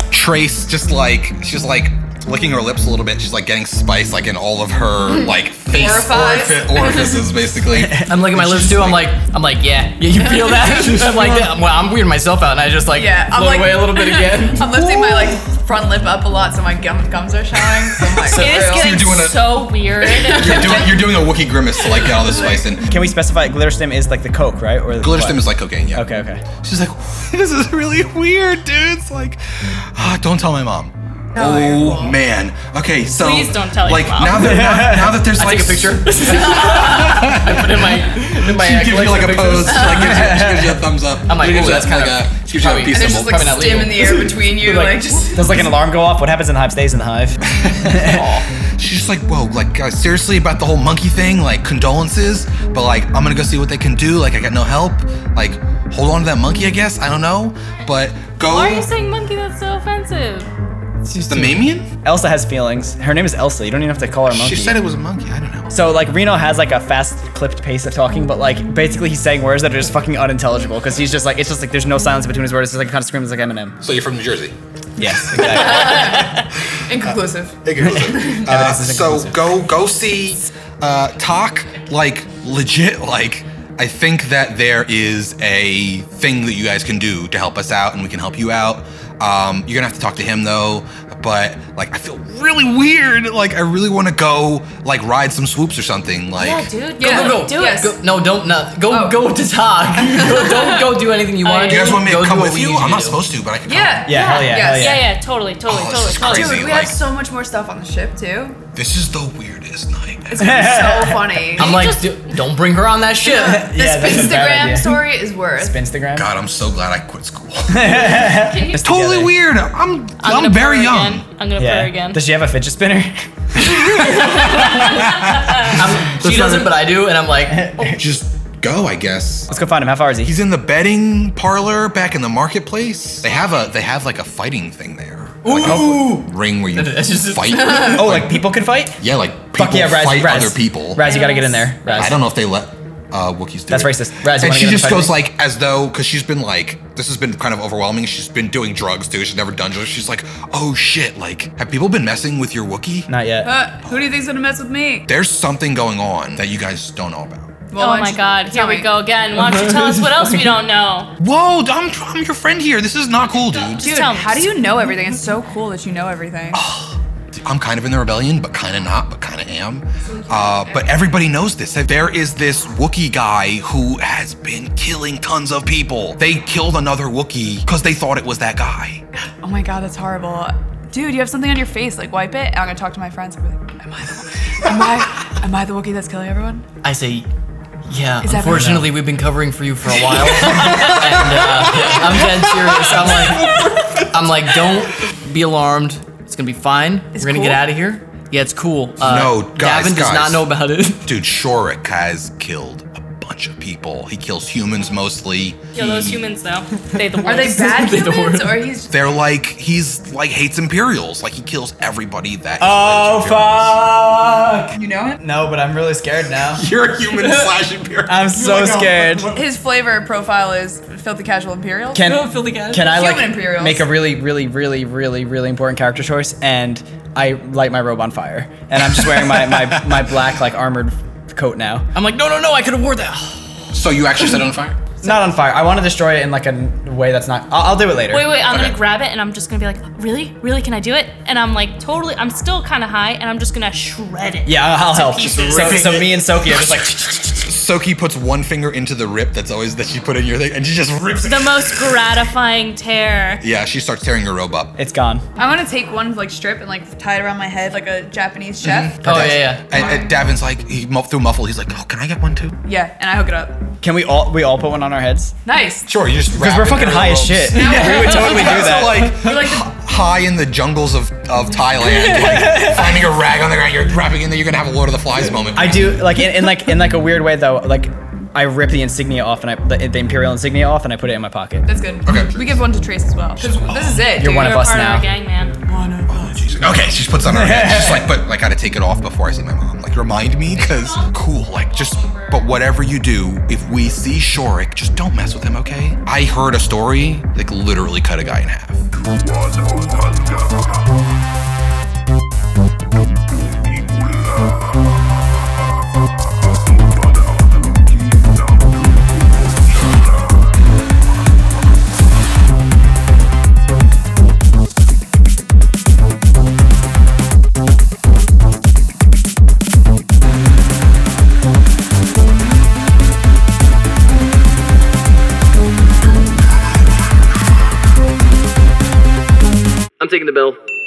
[SPEAKER 3] Trace just like she's like licking her lips a little bit. She's like getting spice like in all of her like face
[SPEAKER 5] Orifice.
[SPEAKER 3] orifi- orifices basically.
[SPEAKER 6] I'm looking at my
[SPEAKER 3] And
[SPEAKER 6] lips
[SPEAKER 3] she's
[SPEAKER 6] too. I'm like, I'm like, yeah, yeah. You feel that? I'm like, yeah. I'm- Well, I'm weirding myself out, and I just like
[SPEAKER 5] Yeah, I'm
[SPEAKER 6] float
[SPEAKER 5] like-
[SPEAKER 6] away a little bit again.
[SPEAKER 5] I'm lifting my like front lip up a lot, so my gum, gums are showing. So I'm like,
[SPEAKER 7] It is
[SPEAKER 5] real.
[SPEAKER 7] getting
[SPEAKER 3] doing a-
[SPEAKER 7] so weird.
[SPEAKER 3] you're, doing, you're doing a Wookiee grimace to like get all this spice in.
[SPEAKER 4] Can we specify glitter stem is like the coke, right? Or
[SPEAKER 3] Glitter stem is like cocaine. Yeah.
[SPEAKER 4] Okay, okay.
[SPEAKER 3] She's like, this is really weird, dude. It's like, ah, don't tell my mom.
[SPEAKER 5] No, I
[SPEAKER 3] oh
[SPEAKER 5] won't.
[SPEAKER 3] man. Okay, so
[SPEAKER 7] Please don't tell your
[SPEAKER 3] like,
[SPEAKER 7] mom.
[SPEAKER 3] Now that now, now that there's like
[SPEAKER 6] Take a picture. I put it in my in my.
[SPEAKER 3] She gives you like
[SPEAKER 6] picture.
[SPEAKER 3] a pose. Like gives you, she gives you a thumbs up.
[SPEAKER 6] I'm like,
[SPEAKER 3] She
[SPEAKER 6] ooh,
[SPEAKER 3] gives you
[SPEAKER 6] that's
[SPEAKER 3] like
[SPEAKER 6] kinda-
[SPEAKER 3] a. She gives you a
[SPEAKER 6] probably-
[SPEAKER 3] peace
[SPEAKER 5] and there's
[SPEAKER 3] symbol.
[SPEAKER 5] just like
[SPEAKER 6] Probably not
[SPEAKER 5] stim
[SPEAKER 6] legal.
[SPEAKER 5] in the air between you, like, just.
[SPEAKER 4] Does like an alarm go off? What happens in the hive stays in the hive.
[SPEAKER 3] She's just like, whoa, like guys, seriously about the whole monkey thing, like condolences, but like I'm gonna go see what they can do. Like I got no help. Like hold on to that monkey, I guess. I don't know, but go.
[SPEAKER 7] Why are you saying monkey? That's so offensive.
[SPEAKER 3] the Mamian?
[SPEAKER 4] Elsa has feelings. Her name is Elsa. You don't even have to call her monkey.
[SPEAKER 3] She said it was a monkey. I don't know.
[SPEAKER 4] so like Reno has like a fast clipped pace of talking, but like basically he's saying words that are just fucking unintelligible because he's just like it's just like there's no silence between his words. It's like kind of screams like Eminem.
[SPEAKER 3] So you're from New Jersey.
[SPEAKER 4] Yes, exactly.
[SPEAKER 5] Inconclusive.
[SPEAKER 3] Uh, so go go see uh, talk like legit like I think that there is a thing that you guys can do to help us out and we can help you out. Um, you're gonna have to talk to him though, but like I feel really weird. Like I really want to go like ride some swoops or something. Like
[SPEAKER 7] Yeah, dude.
[SPEAKER 5] Yeah.
[SPEAKER 7] Yeah,
[SPEAKER 6] Go, go,
[SPEAKER 7] do
[SPEAKER 5] Yes.
[SPEAKER 7] it.
[SPEAKER 6] Go, no, don't no. Go,
[SPEAKER 5] Oh.
[SPEAKER 6] go to talk. Go, don't go do anything you want.
[SPEAKER 7] I-
[SPEAKER 3] do you guys want me
[SPEAKER 6] Go
[SPEAKER 3] to
[SPEAKER 6] do
[SPEAKER 3] come
[SPEAKER 6] what
[SPEAKER 3] with
[SPEAKER 6] we
[SPEAKER 3] you?
[SPEAKER 6] need
[SPEAKER 3] I'm not
[SPEAKER 6] do.
[SPEAKER 3] supposed to, but I can.
[SPEAKER 5] Yeah.
[SPEAKER 4] Yeah, hell yeah, hell
[SPEAKER 5] Yes.
[SPEAKER 7] Yeah, yeah, totally, totally,
[SPEAKER 3] Oh, this
[SPEAKER 7] totally,
[SPEAKER 3] is
[SPEAKER 7] totally.
[SPEAKER 3] crazy.
[SPEAKER 5] Dude, we
[SPEAKER 3] like-
[SPEAKER 5] have so much more stuff on the ship too.
[SPEAKER 3] Come. This is the weirdest night.
[SPEAKER 5] It's gonna be so funny.
[SPEAKER 6] I'm like,
[SPEAKER 7] Just-
[SPEAKER 6] d- don't bring her on that ship.
[SPEAKER 5] this
[SPEAKER 4] Yeah, that's a bad
[SPEAKER 5] Instagram
[SPEAKER 4] idea.
[SPEAKER 5] story is worth.
[SPEAKER 4] Instagram.
[SPEAKER 3] God, I'm so glad I quit school.
[SPEAKER 7] Can you-
[SPEAKER 3] totally
[SPEAKER 4] Together.
[SPEAKER 3] weird. I'm
[SPEAKER 7] I'm
[SPEAKER 3] I'm,
[SPEAKER 7] gonna
[SPEAKER 3] very
[SPEAKER 7] purr
[SPEAKER 3] young.
[SPEAKER 7] Again. I'm gonna
[SPEAKER 4] Yeah.
[SPEAKER 7] purr again.
[SPEAKER 4] Does she have a fidget spinner?
[SPEAKER 6] I'm, she doesn't, but I do, and I'm like,
[SPEAKER 3] Just go, I guess.
[SPEAKER 4] Let's go find him. How far is he?
[SPEAKER 3] He's in the betting parlor back in the marketplace. They have a they have like a fighting thing there. Like a
[SPEAKER 6] Ooh.
[SPEAKER 3] ring where you
[SPEAKER 6] That's just-
[SPEAKER 3] fight.
[SPEAKER 4] oh, like people can fight.
[SPEAKER 3] yeah, like people
[SPEAKER 4] Fuck yeah, Raz.
[SPEAKER 3] fight
[SPEAKER 4] Raz.
[SPEAKER 3] other people.
[SPEAKER 4] Raz, you gotta get in there. Raz.
[SPEAKER 3] I don't know if they let uh, Wookiees do
[SPEAKER 4] That's
[SPEAKER 3] it.
[SPEAKER 4] racist. Raz, you
[SPEAKER 3] and
[SPEAKER 4] wanna
[SPEAKER 3] she
[SPEAKER 4] get in the
[SPEAKER 3] just
[SPEAKER 4] fight with
[SPEAKER 3] goes
[SPEAKER 4] me?
[SPEAKER 3] like as though because she's been like this has been kind of overwhelming. She's been doing drugs too. She's never done drugs. She's like, oh shit, like have people been messing with your Wookiee?
[SPEAKER 4] Not yet.
[SPEAKER 5] Uh, who do you think's gonna mess with me?
[SPEAKER 3] There's something going on that you guys don't know about.
[SPEAKER 5] Well,
[SPEAKER 7] Oh
[SPEAKER 5] why
[SPEAKER 7] my
[SPEAKER 5] don't
[SPEAKER 7] God!
[SPEAKER 5] you
[SPEAKER 7] Here
[SPEAKER 5] tell
[SPEAKER 7] we
[SPEAKER 5] me?
[SPEAKER 7] go again. Why don't you tell us what else we don't know?
[SPEAKER 3] Whoa, I'm, I'm your friend here. This is not cool, dude.
[SPEAKER 7] Just
[SPEAKER 5] Dude,
[SPEAKER 7] tell me.
[SPEAKER 5] how do you know everything? It's so cool that you know everything.
[SPEAKER 3] I'm kind of in the rebellion, but kind of not, but kind of am. Uh, but everybody knows this. There is this Wookiee guy who has been killing tons of people. They killed another Wookiee because they thought it was that guy.
[SPEAKER 5] Oh my god, that's horrible. Dude, you have something on your face. Like, wipe it. And I'm gonna talk to my friends. I'm like, am I the one? Am I? Am I the Wookiee that's killing everyone?
[SPEAKER 6] I say, yeah.
[SPEAKER 5] Is that
[SPEAKER 6] unfortunately, we've been covering for you for a while, and uh, I'm dead serious. I'm like, I'm like, don't be alarmed. It's gonna be fine.
[SPEAKER 5] It's
[SPEAKER 6] We're gonna get
[SPEAKER 5] cool?
[SPEAKER 6] out of here. Yeah, it's cool. Uh,
[SPEAKER 8] No, guys,
[SPEAKER 6] Davin does
[SPEAKER 8] guys.
[SPEAKER 6] not know about it.
[SPEAKER 8] Dude, Shorik has killed a bunch of people. He kills humans mostly.
[SPEAKER 7] Yo, those
[SPEAKER 8] He-
[SPEAKER 7] humans though, they the
[SPEAKER 5] Are they
[SPEAKER 7] worst.
[SPEAKER 5] bad
[SPEAKER 6] They don't
[SPEAKER 5] humans
[SPEAKER 6] work.
[SPEAKER 5] or he's?
[SPEAKER 8] They're like he's like hates Imperials. Like he kills everybody that. is
[SPEAKER 4] Oh
[SPEAKER 8] related to Imperials.
[SPEAKER 4] fuck!
[SPEAKER 5] You know him?
[SPEAKER 4] No, but I'm really scared now.
[SPEAKER 8] You're a human slash Imperial.
[SPEAKER 4] I'm so
[SPEAKER 3] oh,
[SPEAKER 4] scared.
[SPEAKER 5] His flavor profile is filthy casual imperial.
[SPEAKER 4] Can
[SPEAKER 6] No, Philly guys.
[SPEAKER 4] can I
[SPEAKER 5] Human
[SPEAKER 4] like
[SPEAKER 5] Imperials.
[SPEAKER 4] make a really really really really really important character choice and I light my robe on fire and I'm just wearing my my, my black like armored coat now.
[SPEAKER 6] I'm like, no, no, no. I could have wore that.
[SPEAKER 9] So you actually set it on fire?
[SPEAKER 4] Not on fire. I want to destroy it in like a n- way that's not. I'll, I'll do it later.
[SPEAKER 7] Wait, wait, I'm
[SPEAKER 9] Okay.
[SPEAKER 7] gonna grab it and I'm just gonna be like, really? Really? Can I do it? And I'm like, totally, I'm still kind of high and I'm just gonna shred it.
[SPEAKER 4] Yeah, I'll I'll help.
[SPEAKER 7] pieces.
[SPEAKER 4] So, so me and Sophie are just like
[SPEAKER 8] Soki puts one finger into the rip that's always that she put in your thing, and she just rips it.
[SPEAKER 7] The most gratifying tear.
[SPEAKER 8] yeah, she starts tearing your robe up.
[SPEAKER 4] it's gone.
[SPEAKER 5] I want to take one like strip and like tie it around my head like a Japanese chef.
[SPEAKER 4] Mm-hmm.
[SPEAKER 6] Oh yeah, yeah.
[SPEAKER 8] And, and Davin's like he mu- through muffle. He's like, oh, can I get one too?
[SPEAKER 5] Yeah, and I hook it up.
[SPEAKER 4] Can we all we all put one on our heads?
[SPEAKER 5] Nice.
[SPEAKER 8] Sure, you just
[SPEAKER 4] Because we're fucking high as shit. We would totally do that.
[SPEAKER 8] like
[SPEAKER 5] We're like the-
[SPEAKER 8] high in the jungles of, of Thailand, like, finding a rag on the ground, you're wrapping in there, you're gonna have a Lord of the Flies moment.
[SPEAKER 4] I do like in, in like in like a weird way though. Like I rip the insignia off and I the, the imperial insignia off and I put it in my pocket.
[SPEAKER 5] That's good.
[SPEAKER 8] Okay.
[SPEAKER 5] We give one to Trace as well. 'Cause this is it.
[SPEAKER 4] You're
[SPEAKER 5] dude.
[SPEAKER 4] one of
[SPEAKER 7] You're a
[SPEAKER 4] us
[SPEAKER 7] part of
[SPEAKER 4] now.
[SPEAKER 7] our gang, man.
[SPEAKER 8] Okay, she just puts on her head. She's like, but like, I gotta take it off before I see my mom. Like, remind me, cause cool. Like, just, but whatever you do, if we see Shorik, just don't mess with him, okay? I heard a story like literally cut a guy in half.
[SPEAKER 6] I'm taking the bill.